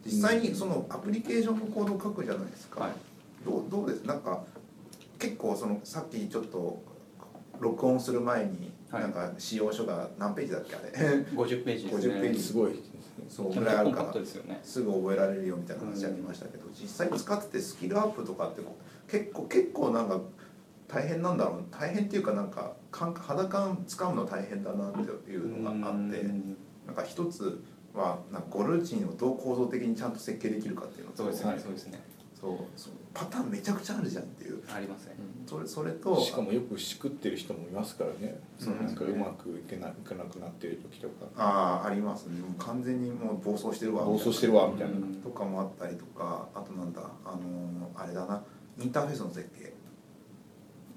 実際にそのアプリケーションのコードを書くじゃないですか、
はい
どうどうですなんか結構そのさっきちょっと録音する前に、
はい
なんか使用書が何ページだっけあ れ
50ページですね
50ページ
すごい
そう
結
ぐらいあ
構コ
る
ン
か
パ
ら
クトですよね
すぐ覚えられるよみたいな話ありましたけど、実際使っててスキルアップとかってこう結構結構なんか大変なんだろう大変っていうかなんか感肌感つかむの大変だなっていうのがあって
うん
なんか一つはなんかゴルチンをどう構造的にちゃんと設計できるかっていうのと
そうです
そう
ねそうですね
そうパターンめちゃくちゃあるじゃんっていう
ありますね
それそれと
しかもよくしくってる人もいますからね
そう
なんかうまくいけないいかなくなってる時とか
ああありますねもう完全にもう暴走してるわ
暴走して
る
るわみたいな、
うん
とかもあったりとかあとなんだあのーあれだなインターフェースの設計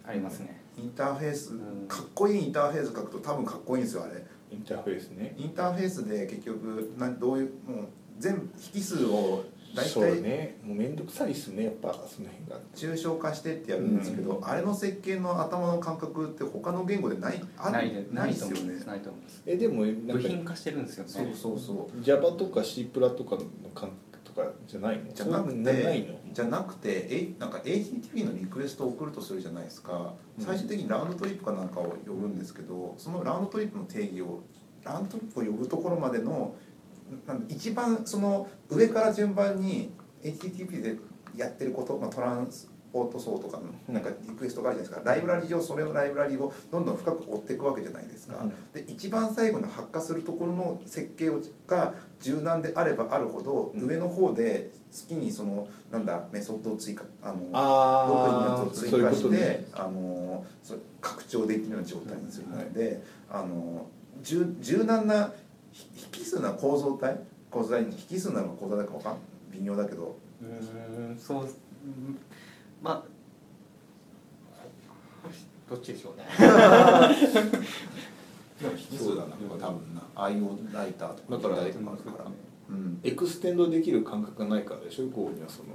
ありますね
インターフェース
うん
かっこいいインターフェース書くと多分かっこいいんですよあれ
インターフェースね
インターフェースで結局などういうもう全部引数を大
そう
体
ねもう面倒くさいっすねやっぱその辺が
抽象化してってやるんですけど、あれの設計の頭の感覚って他の言語でないあ
ないで
な
ないい
です
と
よ
思うんで
ね
すないと思うんです
えでもなん
部
か
品化してるんですよね
そうそうそう
Java とか C プラとかの感とかじゃないの
じゃなくて
そういうのないの
じゃなくてえなんか HTTP のリクエストを送るとするじゃないですか
うん
最終的にラウンドトリップかなんかを呼ぶんですけどそのラウンドトリップの定義をラウンドトリップを呼ぶところまでのなん一番その上から順番に HTTP でやってること、まあ、トランスポート層とかのなんかリクエストがあるじゃないですかライブラリ上それのライブラリをどんどん深く追っていくわけじゃないですか、
うん
で一番最後の発火するところの設計をが柔軟であればあるほど、
うん
上の方で好きにそのなんだメソッドを追加あの独自のや
あ
つを追
あそ
加して
ういうことね
あのそれ拡張できるような状態にするので、あの柔柔軟なひ引数な構造体構造体に引数なのか構造体かわかん微妙だけど
うーんそううんまあどっちでしょうね
でも引
数だな
多分な IO ライターとか
だから
ライターとかあるから、うん、
エクステンドできる感覚がないからでしょこうにはその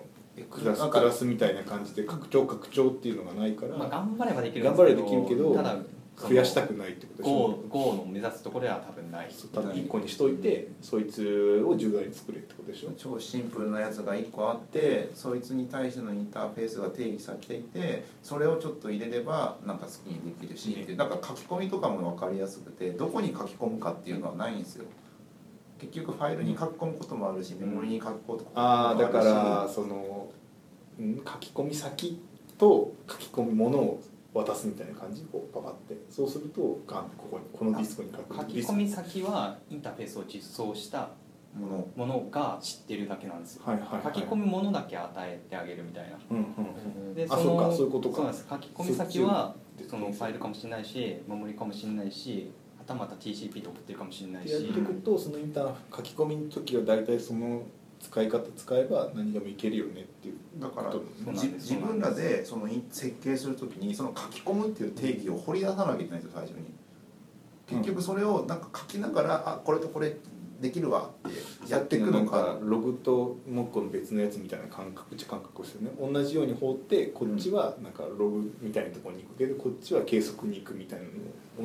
ク
な
ラ
ん
ス
か
クラスみたいな感じで拡張拡張っていうのがないから、
まあ頑張ればできる
頑
んで
張
す
ればできるけど
ただ
増やしたくないってことでしょ
GO, GO の目指すところでは多分ない
そうただ1個にしといてそいつを重大に作れってことでしょ
超シンプルなやつが1個あってそいつに対してのインターフェースが定義されていてそれをちょっと入れればなんか好きにできるし、
ね
でなんか書き込みとかも分かりやすくてどこに書き込むかっていうのはないんですよ結局ファイルに書き込むこともあるし、メモリに書き込むことも
あ
あ
あ
るし
だからそのん書き込み先と書き込みものを渡すみたいな感じこうパパってそうするとガンってここにこのディスクに書く
書き
ディス
込
ク
み先はインターフェースを実装した
もの
ものが知ってるだけなんですよ
はいはいはい
書き込みものだけ与えてあげるみたいな
うんうん
で
あそうかそういうことか
そうなんです書き込み先は
そっち
そのファイルかもしれないしメモリかもしれないしはたまた TCP で送ってるかもしれない
でやっ
して
いくとそのインター書き込みの時は大体その使い方使えば何でもいけるよねっていう
だから
そう
なん
じ
です
自分らでそのい設計するときにその書き込むっていう定義を掘り出さなきゃいけないんですよ最初に結局それをなんか書きながら、あこれとこれできるわってやっていくのか
さっきなんログともう一個の別のやつみたいな感覚っちゃ感覚ですよね同じように放ってこっちはなんかログみたいなところに行くけどこっちは計測に行くみたいなの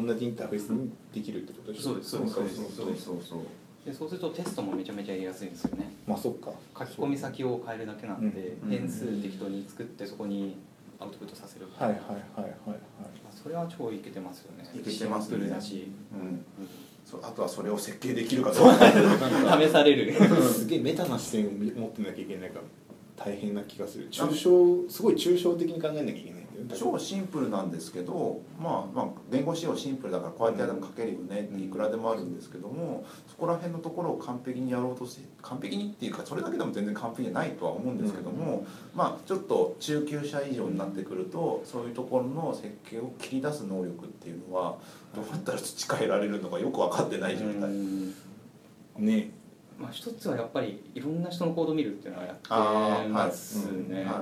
を同じインターフェースにできるってことでしょ
そうです
そうそうそ
そ
うう
です
そうそう
でそうするとテストもめちゃめちゃやりやすいですよね
まあそっか
書き込み先を変えるだけなんで
うん
変数適当に作ってそこにアウトプットさせる
はいはいはいはいはい
まあそれは超いけてますよね
いけてますね
シンプルだし、
うん
うん
そうあとはそれを設計できるかどうか
試される
すげえメタな視点を持ってなきゃいけないから大変な気がする抽象すごい抽象的に考えなきゃいけないんだよね
超シンプルなんですけど、まあ、まあ言語仕様シンプルだからこうやってやるの書けるよねっていくらでもあるんですけどもそこら辺のところを完璧にやろうとして完璧にっていうかそれだけでも全然完璧じゃないとは思うんですけども、まあちょっと中級者以上になってくるとそういうところの設計を切り出す能力っていうのはどうやったら培えられるのかよく分かってない状態。
うん
ね
まあ、一つはやっぱりいろんな人のコード見るっていうのはや
あ
っ
ー
て
はい
ますね、
はいはいは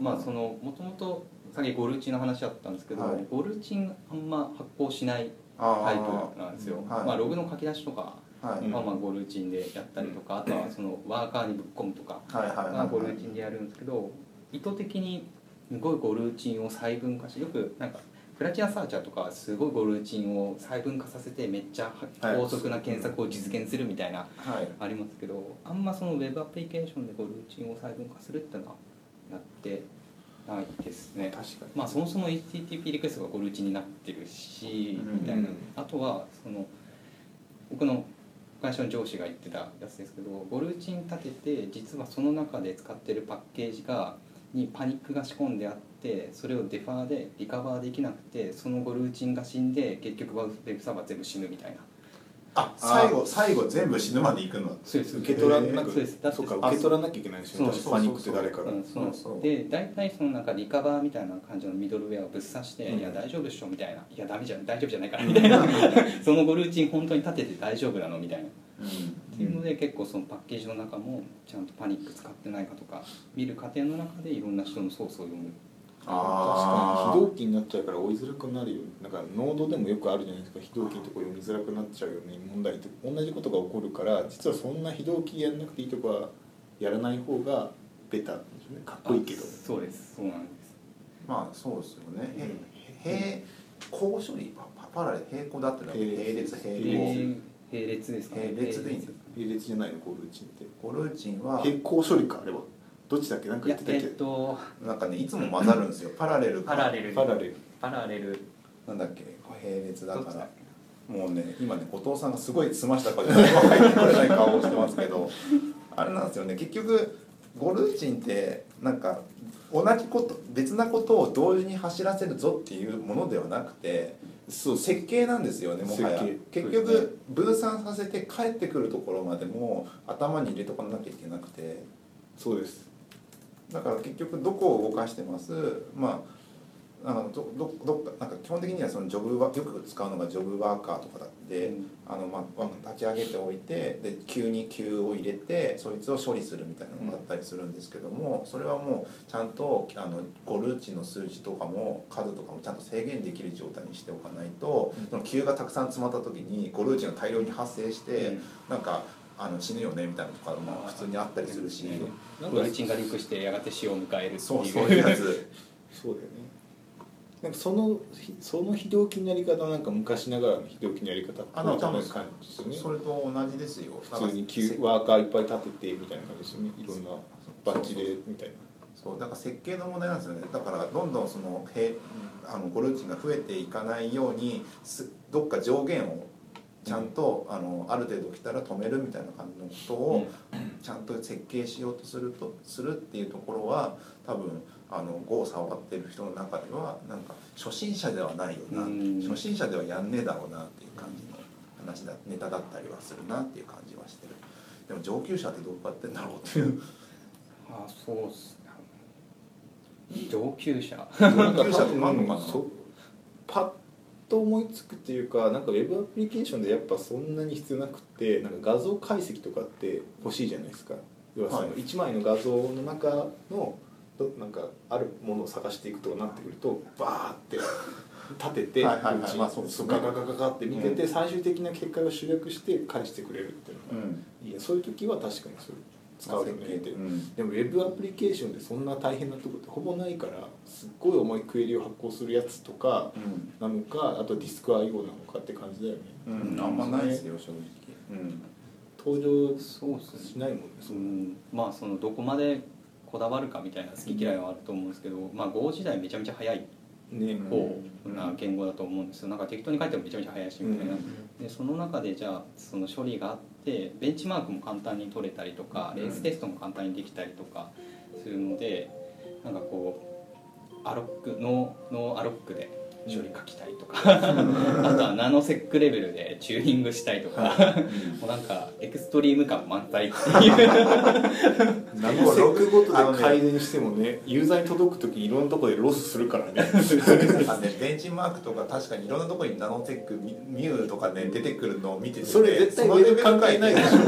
い
まあそのもともとさっきゴルチンの話あったんですけど、
はい
ゴルチンあんま発行しない
あ
タイ
ー
プなんですよ
はい
まあ、ログの書き出しとか
はい
はまあゴルチンでやったりとか、あとはそのワーカーにぶっ込むとか
はいはいはい
がゴル
はい
ーチンでやるんですけど意図的にすごいゴルーチンを細分化してよくなんかプラチナサーチャーとかはすごいゴルーチンを細分化させてめっちゃ
はい
高速な検索を実現するみたいな
はい
ありますけどあんまそのウェブアプリケーションでゴルーチンを細分化するってのはやってないですね
確。かに
まあそもそも HTTP リクエストがゴルーチンになってるし
うん
みたいな
うん
あとはその僕の会社の上司が言ってたやつですけどゴルーチン立てて実はその中で使ってるパッケージがにパニックが仕込んであってそれをデファーでリカバーできなくてそのゴルーチンが死んで結局ウェブサーバー全部死ぬみたいな
あ最後最後全部死ぬまで行くの
そうです
受け取らな
まあ
く
そうですだって
そうか受け取らなきゃいけないし
そう
確かパニックって誰か
う
ら
ん、そうなんです
そうそう
で大体そのなんかリカバーみたいな感じのミドルウェアをぶっ刺して「
うん
いや大丈夫でしょ」みたいな「いやダメじゃん大丈夫じゃないから」みたいな そのゴルーチン本当に立てて大丈夫なのみたいなっ
うん
ていうので結構そのパッケージの中もちゃんとパニック使ってないかとか見る過程の中でいろんな人のソースを読む
確
あ
かに非同期になっちゃうから追いづらくなるよねなんかノードでもよくあるじゃないですか非同期のとこ読みづらくなっちゃうよね問題って同じことが起こるから実はそんな非同期やんなくていいとこはやらない方がベターなんですよねかっこいいけど
あそうですそうなんです
まあそうですよね
うん
へへ平行処理パパパラレル平行だってのは
並
並
列
列並
並
並
行
並列ですかね
並列でいいんですよ
並列じゃないのゴールチンって
ゴルーチンは
並行処理かあれはどっちだっけなんか言
いや
ってた
え
っ
っ
け
と
なんかねいつも混ざるんですよパラレルか
パラレル
パラレル
パラレル
なんだっけ並列だ
ど
か
っちだっ
ら
け
もうね今ね後藤さんがすごい詰ました顔で何も入ってこれない顔をしてますけどあれなんですよね結局ゴルーチンってなんか同じこと別なことを同時に走らせるぞっていうものではなくて
そう
設計なんですよねもはや
設計
結
そうですね
局分散させて帰ってくるところまでも頭に入れとかなきゃいけなくて
そうです
だから結局どこを動かしてますまああのどどどっかなんか基本的にはそのジョブワよく使うのがジョブワーカーとかだって、
うん
あのまあ、立ち上げておいてで急に急を入れてそいつを処理するみたいなのがあったりするんですけどもそれはもうちゃんとあのゴルーチの数字とかも数とかもちゃんと制限できる状態にしておかないとその急がたくさん詰まった時にゴルーチが大量に発生して、
うん
なんかあの死ぬよねみたいなのとかも普通にあったりするし。
ゴルーチンがリンクしてやがて死を迎えるっていう
そうそういうやつ
そうだよねなんかそのひその非同期のやり方はなんか昔ながらの非同期のやり方っぽい
あなんか多分
な感じですよね
それと同じですよ
普通に
な
急
んか
ワーカーいっぱい立ててみたいな感じですよねいろんなバッチでみたいな
そうだから設計の問題なんですよねだからどんどんそのへあのゴルーチンが増えていかないようにすどっか上限をちゃんと、あのある程度来たら止めるみたいな感じのことをちゃんと設計しようとするとするっていうところは多分あの5を触ってる人の中ではなんか初心者ではないよな
うん
初心者ではやんねえだろうなっていう感じの話だネタだったりはするなっていう感じはしてるでも上級者ってどうやってんだろうっていう
あそうっすね上級者
上級者とかあんのかな
そうパッと思いつくっていうかなんかウェブアプリケーションでやっぱそんなに必要なくってなんか画像解析とかって欲しいじゃないですか要はその
はい
1枚の画像の中のどなんかあるものを探していくとかなってくるとバーって
立てて
はいはいはい
こっち
まあそうですね
ガガガガガって見てて、
うん
最終的な結果を集約して返してくれるっていうのが、
ん
いやそういう時は確かにそれ使うよねって、
うん
でもウェブアプリケーションでそんな大変なとこってほぼないからすっごい重いクエリを発行するやつとか
うん
なのかあとディスク IO なのかって感じだよね
うん、あんまないですよ正直、うん、
登場
そうですね
しないもんね
う
そんなん
まあそのどこまでこだわるかみたいな好き嫌いはあると思うんですけど、まあ Go 時代めちゃめちゃ早い
ね
うん
方な言語だと思うんですよなんか適当に書いてもめちゃめちゃ早いしみたいな、でその中でじゃあその処理があってベンチマークも簡単に取れたりとかレーステストも簡単にできたりとかするのでなんかこうアロックノーノーアロックで処理書きたいとか、あとはナノセックレベルでチューニングしたいとか、もうなんかエクストリーム感満載って いう
何もセックごと
あの
で
ね
改善してもねユーザーに届く時にいろんなとこでロスするからね
あね、ベンチマークとか確かにいろんなところにナノテックミミューとかね出てくるのを見てて、ね、
それ絶対
そのレベル
関係ないでしょ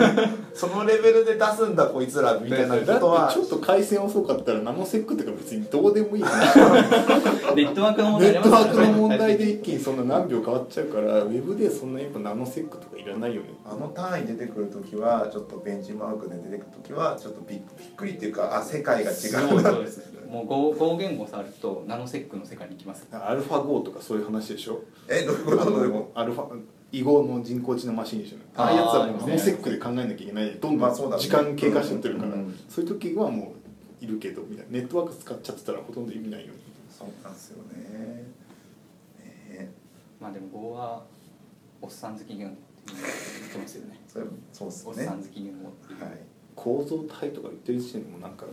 そのレベルで出すんだこいつらみたいな
だっ
こ
てち
とは
ょっと回線遅かったらナノセックとか別にどうでもいいよね
ネットワークの問題あ
ネ
り
ッ
ます
ト
から
ワ
ね
ークの問題で一気にそんな何秒変わっちゃうからウェブでそんなやっぱナノセックとかいらないよね
あの単位出てくるときはちょっとベンチマークで出てくるときはちょっとびっびっくりっていうかあ世界が違
そうう
な
そうですもう Go, Go 言語触るとナノセックの世界に行きます
アルファ GO とかそういう話でしょ
えどういう
あ
ことでも
のアルファ異合の人工知能マシンでしょ
あー
ああいうやつはもう
あります
ナ
ね
ノセックで考えなきゃいけないでどん
ま
ど
あそうだ
ん
ね
時間経過しちゃってるから、
うん
そういう時はもういるけどみたいなネットワーク使っちゃってたらほとんど意味ないよね
そうなんですよねね
まあでも Go はおっさん好き言語って言ってますよね
それそうです
おっ
ね
さ
は
ん好き言語っていう
い
構造体とか言ってる時点でもうなんか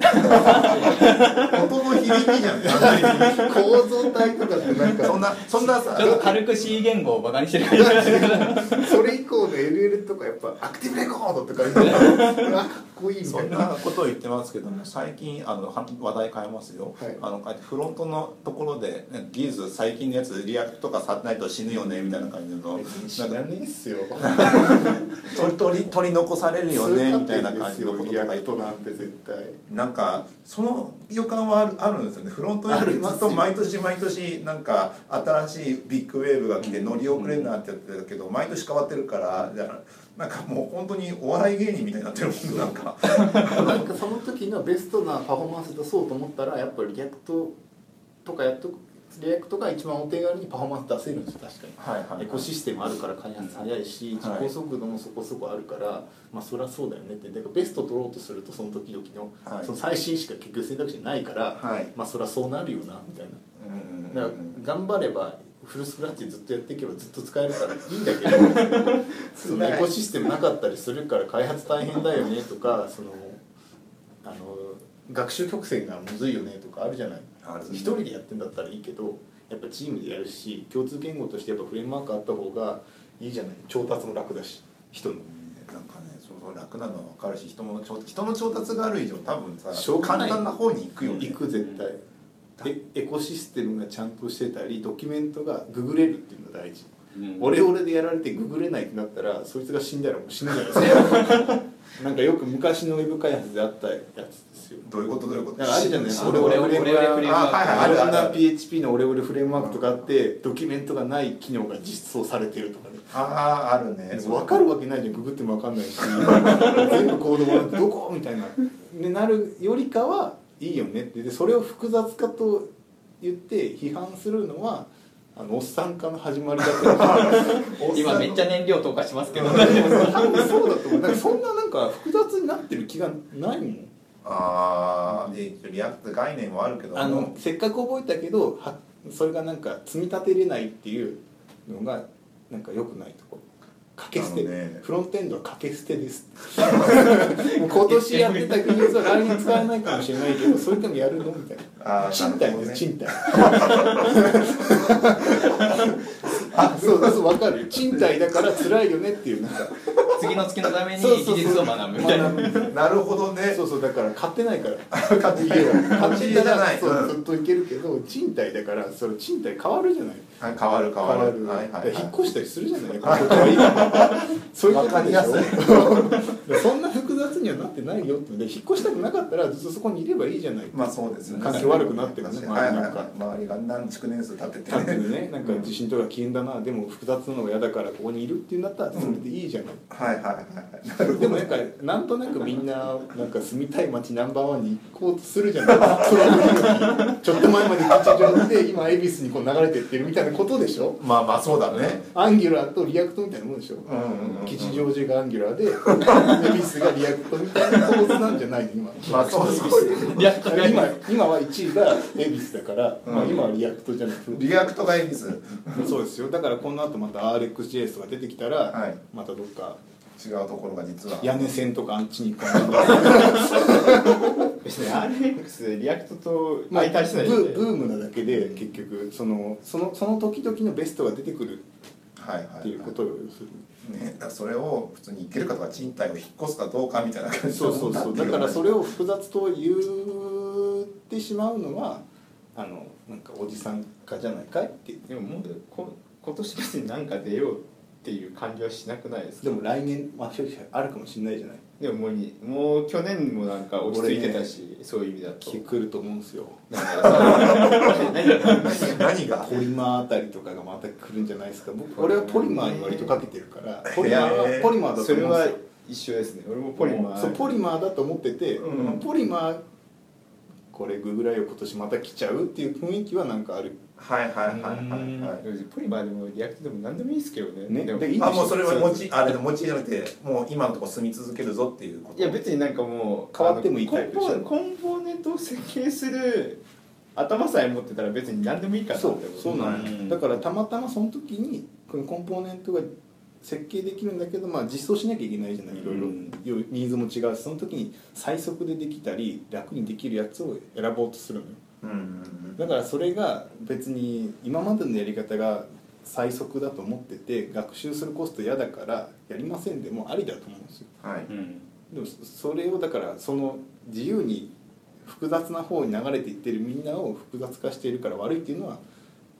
音の響きじゃん完全に
構造体とかってな ん
そん
か
なそんなさ
ちょっと軽く C 言語をバカにしてる感じがする
それ以降の LL とかやっぱアクティブレコードとか言うのうわかっこいいみ
そ
たい
ん
な
なことを言ってますけども最近あのは話題変えますよ、
はい
あのフロントのところでね技術最近のやつリアクトとか触ってないと死ぬよねみたいな感じの
知らねえっ すよ
取り取り取り残されるよねみたいな感じのことと
リア
か言
ク
って
トなんて絶対
なんかその予感はあるあるんですよねフロント
あ
に
りま
ずっ
すよ
と毎年毎年なんか新しいビッグウェーブが来て乗り遅れるなってやってたけど毎年変わってるからだからなんかもう本当にお笑い芸人みたいになってるもんなんか
なんかその時のベストなパフォーマンス出そうと思ったらやっぱりリアクトとかやっとくリアクトが一番お手軽にパフォーマンス出せるんですよ確かに
はい
エコシステムあるから開発早いし
はい
実行速度もそこそこあるから、まあそりゃそうだよねってだからベスト取ろうとするとその時々の,、
はい
その最新しか結局選択肢ないから、
はい
まあそりゃそうなるよなみたいな
うん
だから頑張ればフルスクラッチずっとやっていけばずっと使えるからいいんだけ どそのエコシステムなかったりするから開発大変だよねとかそのあの学習曲線がむずいよねとかあるじゃない
ある
一人でやってんだったらいいけどやっぱチームでやるし共通言語としてやっぱフレームワークあった方がいいじゃない調達も楽だし人の
なんかねそうそう楽なのは分かるし人も調人の調達がある以上多分さ
しょうがな
簡
い
単な方に行くよね
行く絶対でエコシステムがちゃんとしてたりドキュメントがググれるっていうのが大事
うん
オレオレでやられてググれないってなったらそいつが死んだらもう死ぬじゃないですか なんかよく昔のウェブ開発であったやつですよ
どういうことどういうこと
なんかあるじゃないですか
オレオレ
フレーム
オレオレフレーム
ワ
ワ
ーク
ークあ
あるある
るある PHP のオレオレフレームワークとかあってドキュメントがない機能が実装されてるとかね
ああーあるね
分かるわけないじゃんググっても分かんないし全部コードもらってどこみたいなでなるよりかはいいよねってでそれを複雑化と言って批判するのはあのおっさん化の始まりだから
今めっちゃ燃料投下しますけど
多分そうだと思うなんかそんななんか複雑になってる気がないもん
ああでリアクト概念はあるけども
あのせっかく覚えたけどはそれがなんか積み立てれないっていうのがなんか良くないとこ掛け捨て、
あのね
フロントエンドは掛け捨てです もう今年やってた技術は来年使えないかもしれないけどそれでもやるのみたい
あ
な
ー
賃
なる
貸
ほど
で
ね
す、賃貸 あそうだそう分かるよ賃貸だから辛いよねっていう なんか
次の月のために
そうそうそう
技術を学ぶみたいな
なるほどね
そうそうだから買ってないから
勝手に言えば
買
勝
っ
手
て
にじ
た
ゃ
ら
ない
そううんずっといけるけど賃貸だからそれ賃貸変わるじゃない
はい変わる変わるはいはいはい
引っ越したりするじゃないここから今そういうことでしょ
わかりやすい
そんな複雑にはなってないよってで引っ越したくなかったらずっとそこにいればいいじゃない
まあそうですよね
環境悪くなってるね
確かにはいはい
周りな
はい周
ん
りが何築年数経ってて
単純にねなんか地震とか危険だなでも複雑なのが嫌だからここにいるっていうんだったらそれでいいじゃない、
はいはいはいはいなるほど
でもなんかなんとなくみんななんか住みたい街ナンバーワンに行こうとするじゃないその時にちょっと前まで吉祥で今恵比寿にこう流れてってるみたいなことでしょ
まあまあそうだね
アンギュラーとリアクトみたいなもんでしょ、
うんうんうん
吉祥寺がアンギュラーで恵比寿がリアクトみたいな構図なんじゃないの今
まあそうです
いやこれ
今今は1位が恵比寿だから、
うん
まあ、今はリアクトじゃなくて
リアクトがエビス
そうですよだからこの後また RxJS とか出てきたら、
はい
またどっか
違うところが実は
屋根線とかあっちに行くかな
別に RX でリアクトと
まあ、
相
ブ
対しないん
ー
で、
ブームなだけで結局そのそのその時々のベストが出てくる
はいはい、はい、
っていうことを要するに、
ね、だからそれを普通に行けるかとか賃貸を引っ越すかどうかみたいな感じ
そうそうそうだからそ
れ
れを複雑と言ってしまうのはあのなんかおじさん化じゃないかいって
でももうこ今年別に何か出ようっていう感じはしなくないですか
でも来年、まあ、ひょっとしたらあるかもしれないじゃない
でももうにもう去年もなんか落ち着いてたし、そういう意味だと
来来ると思うんですよ
なんかさ何
何が
ポリマーあたりとかがまた来るんじゃないですか僕俺はポリマーに割とかけてるからポリマー
へ
は
ー
ポリマーだと
それ
思うんで
は
すよ
一緒ですね俺もポリマー
そうポリマーだと思ってて、
うん
ポリマーこれぐらいを今年また来ちゃうっていう雰囲気はなんかある
はいはいはいはいは
でもポリマーでもリアクトでも何でもいいですけどね
ね
でも
でい
い
い
い
でしょ
あもうそれは持ちあれ持ちじゃなくてもう今のところ住み続けるぞっていうこと
や別になんかもう
変わってもいいタイプでしょ
あのコンポコンポーネントを設計する頭さえ持ってたら別に何でもいいかなって
そ
思
うそうなの、
うん
だからたまたまその時にこのコンポーネントが設計できるんだけど、まあ、実装しなきゃいけないじゃないいろいろ
うん
よニーズも違うしその時に最速でできたり楽にできるやつを選ぼうとするのよ
うんうん
だからそれが別に今までのやり方が最速だと思ってて学習するコスト嫌だからやりませんでもありだと思うんですよ
うんはい
うん
でもそそれをだからその自由に複雑な方に流れていってるみんなを複雑化しているから悪いっていうのは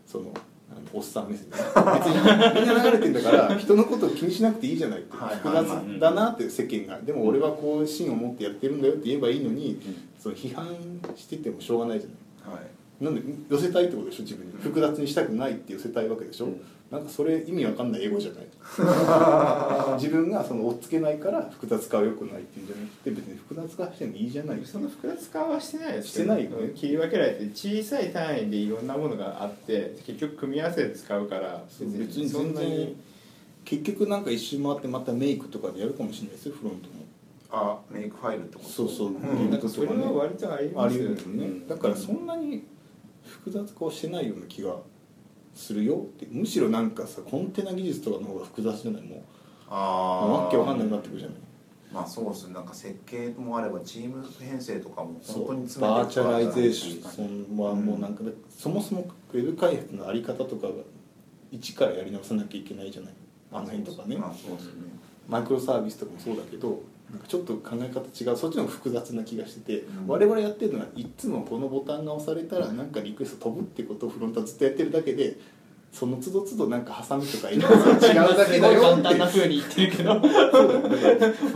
そのあのおっさん目線で 別にみんな流れてんだから人のことを気にしなくていいじゃないって
はい
複雑だなって世間がでも俺はこう芯を持ってやってるんだよって言えばいいのにその批判しててもしょうがないじゃない
はい
なんで寄せたいってことでしょ自分に複雑にしたくないって寄せたいわけでしょ、
うん
なんかそれ意味わかんない英語じゃない自分がその追っつけないから複雑化は良くないっていうんじゃなくて別に複雑化してもいいじゃない
そんな複雑化はしてないです
してないよね
切り分けられて小さい単位でいろんなものがあって結局組み合わせて使うから
そう別に
そん
全
なに
然結局なんか一周回ってまたメイクとかでやるかもしれないですよフロントも
あメイクファイルってこと
そうそう、
ん
なんか
そ
それ
れ
は
は
ね
割とあり
あ
ます
り
よ
得
ね
るよね、だからそんなに複雑化はしてないような気がするよってむしろなんかさコンテナ技術とかの方が複雑じゃないもう
ああ
わけわかんなくなってくるじゃない
まあそうですねなんか設計もあればチーム編成とかも
そ
本
う
当に詰め
バー
て
チ
る
ャ
から
ライゼーションはもうなん
か
か、そもそもウェブ開発のあり方とかが一からやり直さなきゃいけないじゃないあの辺とかね
まあそうですね
マイクロサービスとかもそうだけどなんかちょっと考え方違うそっちの方が複雑な気がしてて、
うん
我々やってるのはいっつもこのボタンが押されたらなんかリクエスト飛ぶってことをフロントはずっとやってるだけでその都度都度なんかハサミとか入れ て違うだけだよ
簡
って
単な風に言ってるけど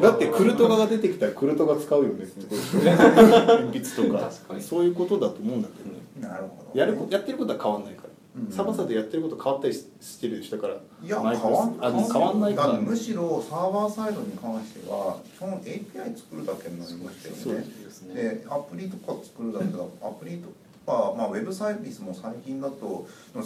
だってクルトガが出てきたらクルトガ使うよねってことでしょ鉛筆とか
確かに
そういうことだと思うんだけどね
なるほど
やるこやってることは変わんないから、
うん
サバサでやってること変わったりししてる人だから
いや変
マイクロ
わん
あでも変わんないか
だ
ら
ってむしろサーバーサイドに関しては基本 API 作るだけになりました
そう
よ
で
ねでアプリとか作るだけだアプリとか、まあ、ウェブサービスも最近だとでも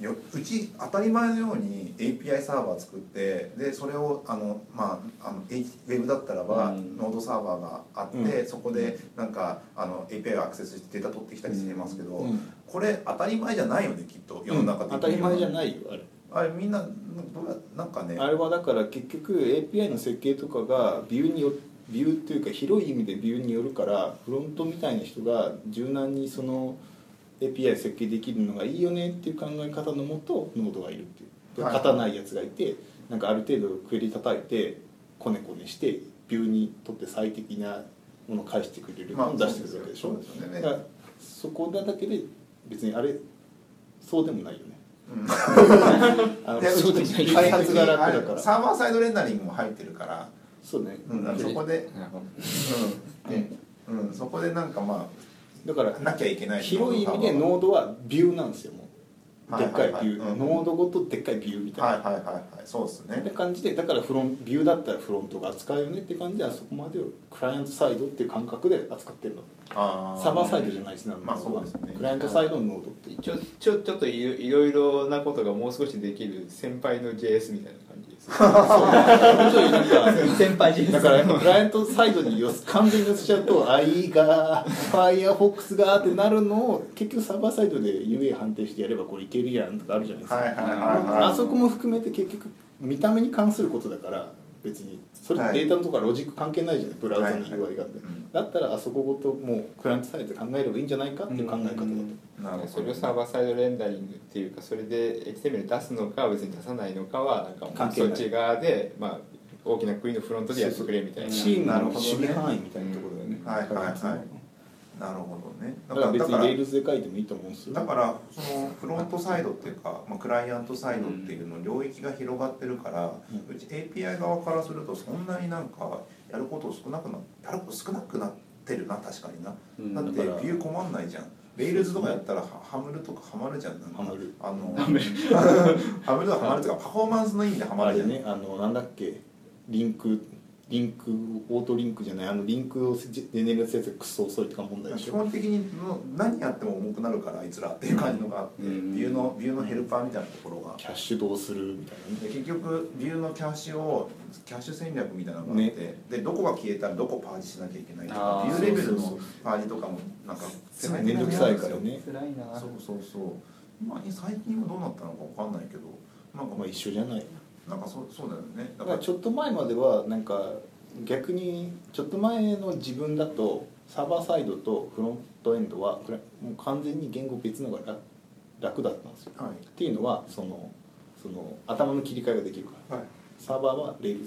ようち当たり前のように API サーバー作ってでそれをあの、まあ、あの H- ウェブだったらば、
うん
ノードサーバーがあって、
うん
そこでなんかあの API をアクセスしてデータ取ってきたりしてますけど、
うん
これ当たり前じゃないよねきっと世の中
うん
的
当たり前じゃ
い
ないよあれ
あれみんなどうやなんかね
あれはだから結局 API の設計とかがビューによビューっていうか広い意味でビューによるからフロントみたいな人が柔軟にその API 設計できるのがいいよねっていう考え方のもとノードがいるっていうで
はい
勝たないやつがいてなんかある程度クエリ叩いてコネコネしてビューにとって最適なものを返してくれるものを出してくるわけでしょ、
そうですよね
だからそこなだけで別にあれそうでもないよね
うん
あの
いや
そうでもない
開発が楽だか
あれ
ら
サーバーサイドレンダリングも入ってるから
そうね
うん、だからそこで、うん
ね
うん、そこでなんかま
だか
あな
ら
きゃいけない
広い意味でノードはビューなんですよもう
はい
でっ
は
か
い
いビ
はい
ュー
うん
ノードごとでっかいビューみたいな
はいはいはいはいそうですね
って感じでだからフロンビューだったらフロントが扱うよねって感じであそこまでをクライアントサイドっていう感覚で扱ってるの
あー
サーバーサイドじゃないですね、
まあそうですね
クライアントサイドのノードって
ちょちょちょっといろいろいろなことがもう少しできる先輩の JS みたいな感じ です
先輩人
だからクライアントサイドに寄せ完全に寄せちゃうと IE が Firefox がってなるのを結局サーバーサイドで UA 判定してやればこれいけるやんとかあるじゃないですか、
はいはいはいはい
あそこも含めて結局見た目に関することだから別にそれってデータのとかロジック関係ないじゃないブラウザの UI があって、
はいうん
だったらあそこごともうクライアントサイドで考えればいいんじゃないかっていう考え方だと、
なるほど
それをサーバーサイドレンダリングっていうかそれで HTML 出すのか別に出さないのかはなんかも
関
う
係な
そ
い
っち側で、まあ、大きな国のフロントでやってくれみたいな
チーム
なる
の
ほどね
守備範囲みたいなところだよね、
はいはいはい
開発の
なるほどね
だから別にレールズで書いてもいいと思うんですよ
だからそのフロントサイドっていうか、まあ、クライアントサイドっていうの領域が広がってるから、うち API 側からするとそんなになんかやること少なくなやること少なくなってるな確かにな、
うん
だってビ
だから
ュー困んないじゃんレイルズとかやったらはハムるとかハマるじゃんなんか
ハマる
あの ハムるとかハマるとかパフォーマンスの意味でハマ
あ
るじ
れ
ゃん、
ねあのなんだっけリンクリンクオートリンクじゃないあのリンクをジェネレートするやつがクソ遅いとか問題でし
基
ょ
本的にの何やっても重くなるからあいつらっていう感じのがあって、
うん
ビューのビューのヘルパーみたいなところが
キャッシュどうするみたいなね
で結局ビューのキャッシュをキャッシュ戦略みたいなのがあって、でどこが消えたらどこパージしなきゃいけないとか
あ
ビュ
ー
ーレベル
そうそ
の
う
パージとかもなんか
そうめんどくさいからね
辛いな
そうそうそう今に最近はどうなったのかわかんないけどなんか
まあ一緒じゃない
なんかそうそうだよねだか
だかららちょっと前まではなんか逆にちょっと前の自分だとサーバーサイドとフロントエンドはこれもう完全に言語別の方が楽楽だったんですよ
は
っていうのはそのその頭の切り替えができるから
いはい
サーバーは Rails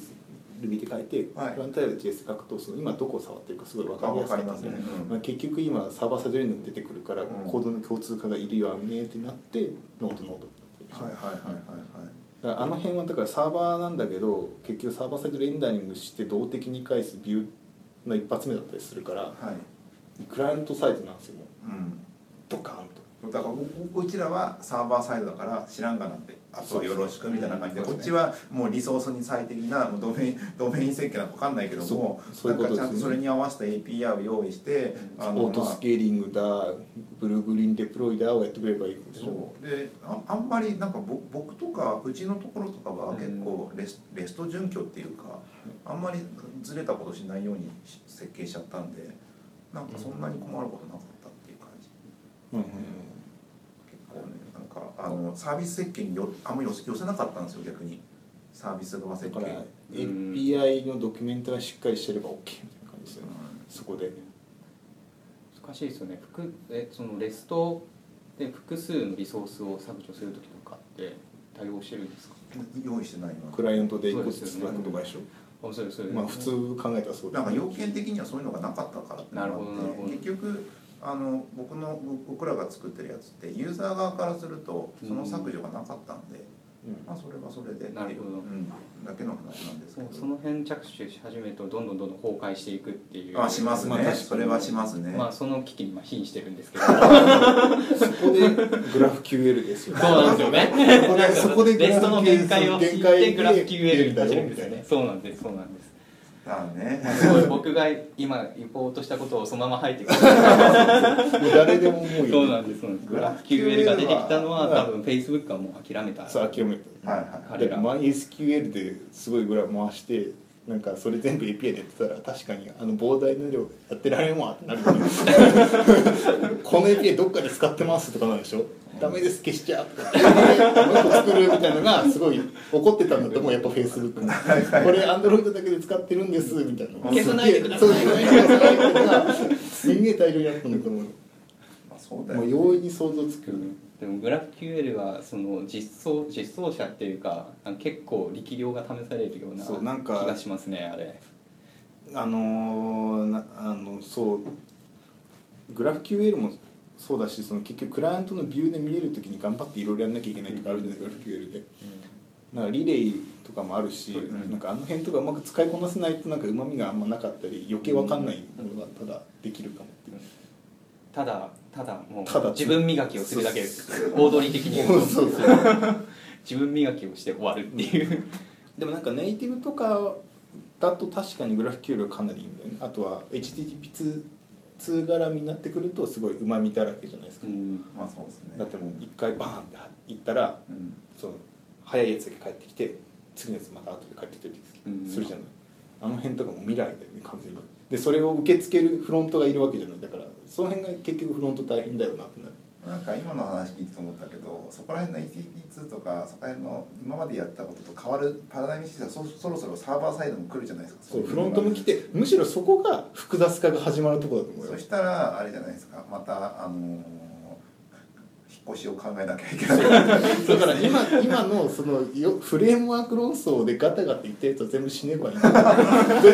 Ruby で書いて、
はい
フロントエンドで JS 書くとその今どこを触ってるかすごい分かりやすかったんで
あわかりますねうん
まあ、結局今サーバーサイドエンドに出てくるから、
うん
コードの共通化がいるよねってなってノードノードって
はいはいはいはいはい
だからあの辺はだからサーバーなんだけど結局サーバーサイドレンダリングして動的に返すビューの一発目だったりするから
はい
クライアントサイドなんですよもう
うん
ドカーンと
だからううちらはサーバーサイドだから知らんがなんてあとはよろしくみたいな感じで
そう
こ
そう
っちはもうリソースに最適なもうドメイン ドメイン設計なんか分かんないけども
そうそういうこと
なんか
です
ち
ね
ゃんとそれに合わせた API を用意してあの
オート
まあ
スケーリングだブルーグリーンデプロイだをやってくれればいいんでしょ
そうでああんまりなんかぼ僕とかうちのところとかは結構レス,、レスト準拠っていうかあんまりずれたことしないようにし設計しちゃったんでなんかそんなに困ることなかったっていう感じ。
うんうん
結構ねなんかあのサービス設計によあんまり寄せ寄せなかったんですよ逆にサービス側設
だ
計
から
うん
API のドキュメントがしっかりしてれば OK みたいな感じですよねそこで
難しいですよね複えそのレストで複数のリソースを削除するときとかって対応してるんですか
用意してないの
クライアントで一個ずつなくとかでしょ
あそれそれ
まあ普通考えたらそうだ
なん
よ
か
ね
要件的にはそういうのがなかったからってのがあって
なるほどなるほど
結局あの僕の僕らが作ってるやつってユーザー側からするとその削除がなかったんで、
うん
まあそれはそれでっていう
なるほど
うん、だけの話なんです
そ
け
う
ど
その辺着手し始めるとどんどんどんどん崩壊していくっていう
あしますね、
まあ確かに
それはしますね、
まあその危機に今瀕してる ん ですけど
そこでグラフ QL ですよ
そうなんですよね
そこでそこでグ
レ
ラフ
ストの
QL
限界を引いてグラフ QL に
だ
走
よ
るん
み
で
たい
すよ
な
ねそうなんですそうなんです
だから ね
すごい僕が今言おうとしたことをそのまま入っ てくる
もう誰でも思う
そ
よ
う
ね
なんですそうなんです
グ
グ
ラ
ラ
フ
フ
QL
QL が出てきたのは
は
多分 Facebook はもう諦めた
さあ諦めた
はいは
彼
で
ら
MySQL ですごいグラフ回してなんかそれ全部 API でやってたら確かにあの膨大な量やってられんわってな るよねこの API どっかで使ってますとかなんでしょダメです消しちゃうとかもう一個作るみたいなのがすごい怒ってたんだと思うやっぱ Facebook にこれ Android だけで使ってるんですみたいな
消さないでください
そう消さないでくださいっていうのがすんげえ大量にあったんだと思う
い、まあ、そうだよ
も
ね、
う容易に想像つくよね
でもグラフ QL はその実装実装者っていうかあの結構力量が試されるような
そうなんか
気がしますねあれ
あのーなあのそうグラフ QL もそうだしその結局クライアントのビューで見れるときに頑張っていろいろやんなきゃいけないとかあるじゃないですか、グラフ QL で、なんかリレーとかもあるし、
うん
なんかあの辺とかうまく使いこなせないとなんかうまみがあんまなかったり余計わかんないものがただできるかもっていう
ただただも
ただ
う自分磨きをするだけです大通り的に言うと
そうそう
自分磨きをして終わるっていう
でもなんかネイティブとかだと確かにグラフ q はかなりいいんだよねあとは HTTP2 通絡みになってくるとすごいうまみだらけじゃないですか、
うん
まあそうですね
だってもう一回バーンっていったら
うん
その早いやつだけ帰ってきて次のやつまた後で帰ってきて
うん
するじゃない、あの辺とかも未来だよね完全にでそれを受け付けるフロントがいるわけじゃないだからその辺が結局フロント大変だよなってなる
なんか今の話聞いて思ったけどそこら辺の ETP2 とかそこら辺の今までやったことと変わるパラダイムシフトはそそろそろサーバーサイドも来るじゃないですか
そうフロント向きでむしろそこが複雑化が始まるところだと思うよ
そしたらあれじゃないですかまたあのー引っ越しを考えなきゃいけない
だから今今のそのよフレームワーク論争でガタガタ言ってると全部死ねばいい絶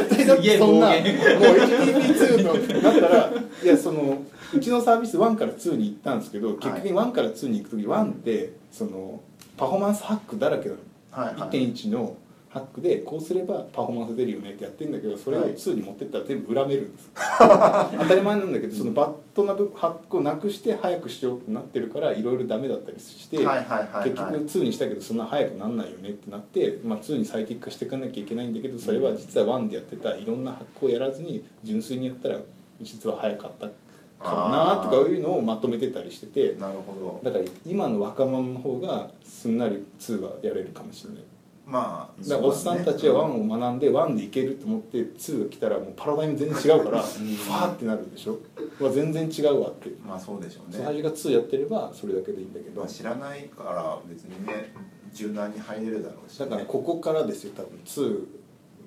対だってそんなもう
すげ
HTTP2 のだったらいやそのうちのサービス1から2に行ったんですけど結局1から2に行く時1ってそのパフォーマンスハックだらけなの
はい、はい、
1.1のハックでこうすればパフォーマンス出るよねってやってるんだけどそれを2に持ってったら全部恨めるんです 当たり前なんだけどそのバットな部ハックをなくして早くしようってなってるからいろいろダメだったりして、
はいはいはい
結局2にしたけどそんな早くなんないよねってなって、まあ、2に最適化していかなきゃいけないんだけどそれは実は1でやってたいろんな発行をやらずに純粋にやったら実は早かったかなとかいうのをまとめてたりしてて
なるほど
だから今の若者の方がすんなり2はやれるかもしれない
まあ
だからおっさんたちは1を学んで1でいけると思って2が来たらもうパラダイム全然違うからファーってなるでしょは全然違うわって
まあそうでしょうね
最初が2やってればそれだけでいいんだけ
ま
ど
あ知らないから別にね柔軟に入れるだろうし、
だからここからですよ多分2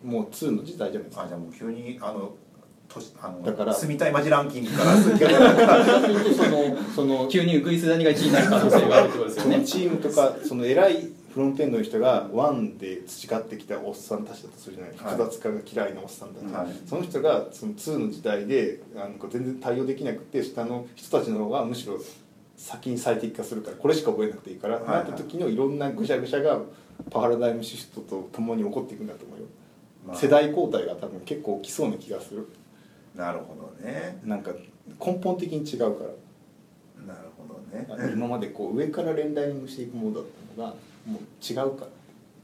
もう2の時代じゃないです
あ
か
じゃあもう急にあの都市あの
だから
住みたい街ランキングからすっげえ
そうするとそのその
急にウグイス谷が1位になる可能性があるってことですよ
その
ね
チームとかその偉いフロントエンドの人がワンで培ってきたおっさんたちだとするじゃない
はい
複雑化が嫌いなおっさんたち、
はい
その人がその2の時代であの全然対応できなくて下の人たちの方がむしろ先に最適化するからこれしか覚えなくていいから、
はいはい
なった時のいろんなぐしゃぐしゃがパラダイムシフトとともに起こっていくんだと思うよ、
まあ
世代交代が多分結構起きそうな気がする
なるほどね
なんか根本的に違うから
なるほどね
今までこう上から連ライングしていくものだったのがもう違うから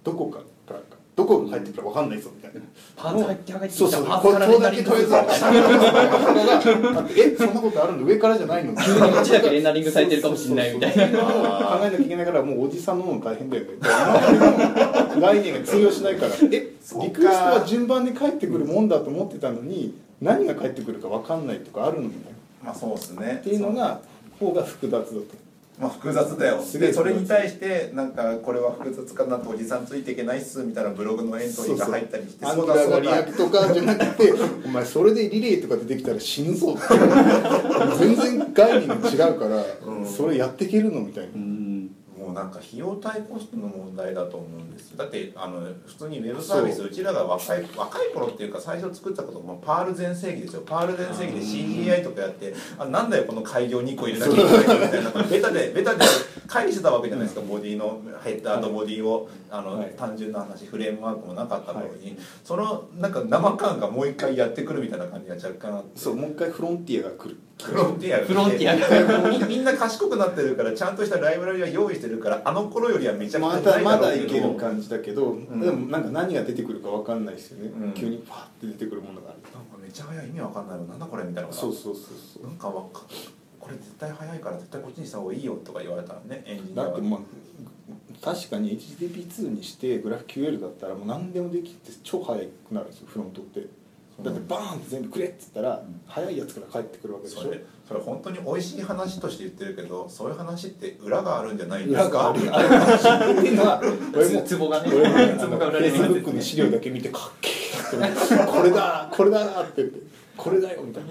どこからかどこが入ってくるか分かんないぞみたいな
パーツ入って入ってきた
そうそう
パー
こ
ツ
こ
から
だけ取れそう下のがえそんなことあるの上からじゃないの急
にこっちだけレンダリングされてるかもしれないみたいな
考えなきゃいけないからもうおじさんのも大変だよね今までの概念が通用し ないからえリ
そうか
クエストは順番に返ってくるもんだと思ってたのに何が返ってくるか分かんないとかあるのみたいな
まあそうですね
っていうのが方が複雑だと
まあ複雑だよ
すげえ
でそれに対してなんかこれは複雑かなとおじさんついていけないっすみたいなブログのエントリーが入ったりして
アン
そう
ド
だ
ラ
そ
が
う
リ
だ
アクトかじゃなく てお前それでリレーとか出てきたら死ぬぞって全然概念が違うから、
うん
それやっていけるのみたいな、
うん
もうなんか費用対コストの問題だと思うんですよだってあの普通にウェブサービス
そう
うちらが若い若い頃っていうか最初作ったこともパール全盛期ですよパール全盛期で CGI とかやってあなんだよこの開業2個入れなきゃいけないのみたいなベタ でベタで管理してたわけじゃないですかボディのヘッダーとボディをあの、
はい
単純な話フレームワークもなかった頃に、そのなんか生感がもう一回やってくるみたいな感じが若干あって
そうもう一回フロンティアが来る
フロンティアが
フロンティア
がみみんな賢くなってるからちゃんとしたライブラリは用意してるからあの頃よりはめちゃくちゃ
まだまだ
ない
いける感じだけど、
ん
でもなんか何が出てくるか分かんないですよね、
うん
急にパッて出てくるものがある
なんかめちゃ早い意味わかんないのなんだこれみたいな
そうそうそうそう
なんかわかこれ絶対早いから絶対こっちにした方がいいよとか言われたらねエンジニア
だ
は
ってまあ確かに HTTP2 にしてグラフ q l だったらもう何でもできて超速くなるんですよフロントってだってバーンって全部くれっつったら
ん
速いやつから返ってくるわけでし
そ
ょ
れそれ本当に美味しい話として言ってるけどそういう話って裏があるんじゃないんで
裏
す
があ
か
るある話っていうのは俺も
ツボがね
俺もね
ツ
あ
ボ
の
が売
フェ
られ
イ
る
ス
やつ
ブックの資料だけ見てかっけえってこれだこれだって言ってこれだよみたい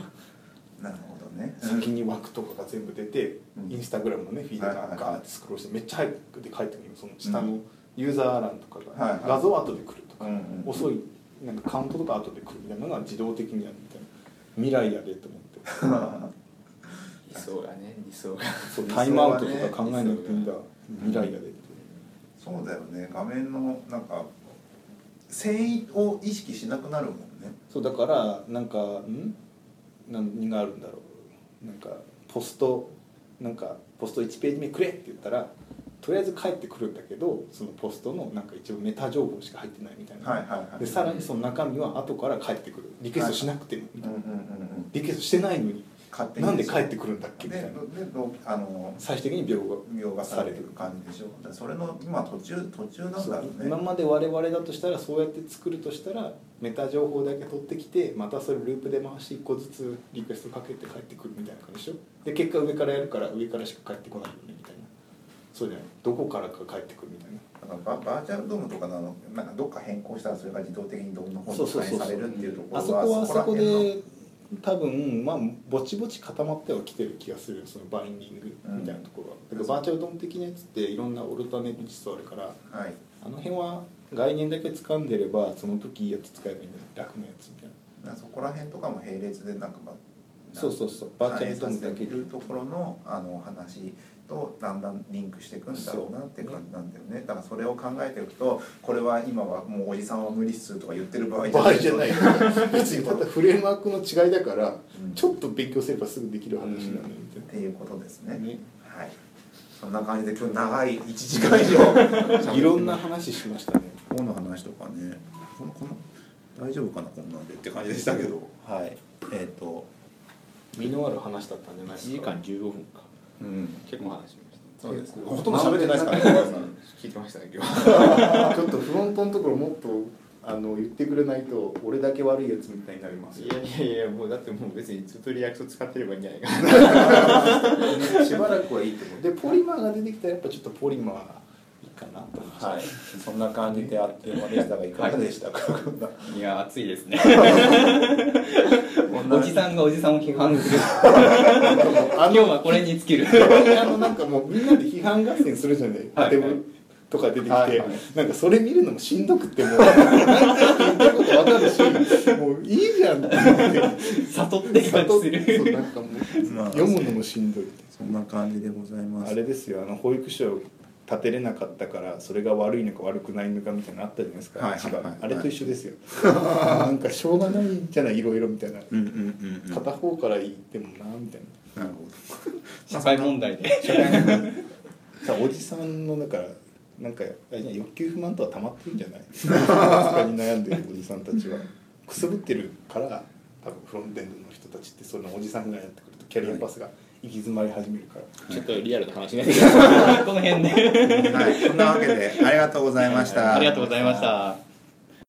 な
なるほどね
先に枠とかが全部出て、
うん
インスタグラムのねフィード
はいはいは
が
い
ガーッてスクロールしてめっちゃ早くで書いてくるのその下のユーザー欄とかが、
はいはい
画像後で来るとか、
うんうん
遅いなんかカウントとか後で来るみたいなのが自動的にやるみたいな未来やでと思って
理想がね理想が
そうタイムアウトとか考えなくていいんだ、未来やでって
そうだよね画面のなんか繊維を意識しなくなるもんね
そうだからなんかん何があるんだろうなんかポストなんかポスト1ページ目くれって言ったらとりあえず返ってくるんだけどそのポストのなんか一応メタ情報しか入ってないみたいな、
はいはいはい
でさらにその中身は後から返ってくるリクエストしなくてもみ
う
た
ん
い
うん
な、
うんうん
リクエストしてないのに
勝手に
なんで返ってくるんだっけみたい
で
な
でどあの
最終的に病が
描画されてる感じでしょだからそれの今途中途中なんだろうね
今まで我々だとしたらそうやって作るとしたらメタ情報だけ取ってきてまたそれループで回して1個ずつリクエストかけて帰ってくるみたいな感じでしょで結果上からやるから上からしか返ってこないよねみたいなそうじゃないどこからか返ってくるみたいな
なんかババーチャルドームとかなのなんかどっか変更したらそれが自動的にどんどん
そうそう
反
そ
映
う
されるっていうとこ
あ
ろ
そこはあそ
ら
こ
辺の
で多分まあぼちぼち固まってはきてる気がするそのバインディングみたいなところは、
うん
だからバーチャルドーム的なやつっていろんなオルタネート実装あるから
はい
あの辺は概念だけ掴んでればその時いいやつ使えばいいんだよ楽なやつみたいな
なんかそこら辺とかも並列でなんかま
そうそうそうバーチャルドームだ
反映させ
け
て
で
るところのあの話とだんだんリンクしていくんだろうなっていう感じなんだよねだからそれを考えておくとこれは今はもうおじさんは無理っすとか言ってる場合
場合じゃない
別
別
に
に
た
た
だ
だ
っ
フレームワークの違いだから、
うん
ちょっと勉強すればすぐできる話なのよみたいな、
ていうことですね
ね
はいそんな感じで今日長い1時間以 上
いろんな話しましたね
本の話とかねこのこの大丈夫かなこんなんでって感じでしたけどはいえっ、と
身のあ る話だったんじゃないで
1
す
時
か
間15分か
うん
結構話しました
そうですね
ほとんど喋ってないですからね
聞いてましたね今 日
ちょっとフロントのところもっとあの言ってくれないと俺だけ悪いやつみたいになります
い
よ
やいやいやもうだってもう別にずっとリアクト使ってればいいんじゃないかな
しばらくはいいと思うでポリマーが出てきたらやっぱちょっとポリマーいいかなと思って、
はいそんな感 じであっという間でしたがいかがでしたか、
いや暑 いですねおじさんがおじさんを批 判する今日はこれに尽きる
あのなんかもうみんなで批判合戦するじゃない
はい
建物とか出てきて、
はいはい
なんかそれ見るのもしんどくってもう何回言ってること分かるしもういいじゃんって思って
悟って感じす
そう
る
なんかもう
まあ
読むのもしんどい
そんな感じでございます
あれですよあの保育所を建てれなかったからそれが悪いのか悪くないのかみたいなのあったじゃないですか、
はいはいはい
違うあれと一緒ですよなんかしょうがないんじゃないいろいろみたいな
うんうんうん、うん、なる
片方から言ってもなみたいな
ほど
社会問題で
さおじさんのだからなんかあれじゃない欲求不満とは溜まってるんじゃないそこに悩んでるおじさんたちはくすぶってるから多分フロントエンドの人たちってそのおじさんがやってくるとキャリアパスが行き詰まり始めるから、
ちょっとリアルな話ね
この辺で
はいそんなわけでありがとうございました
ありがとうございました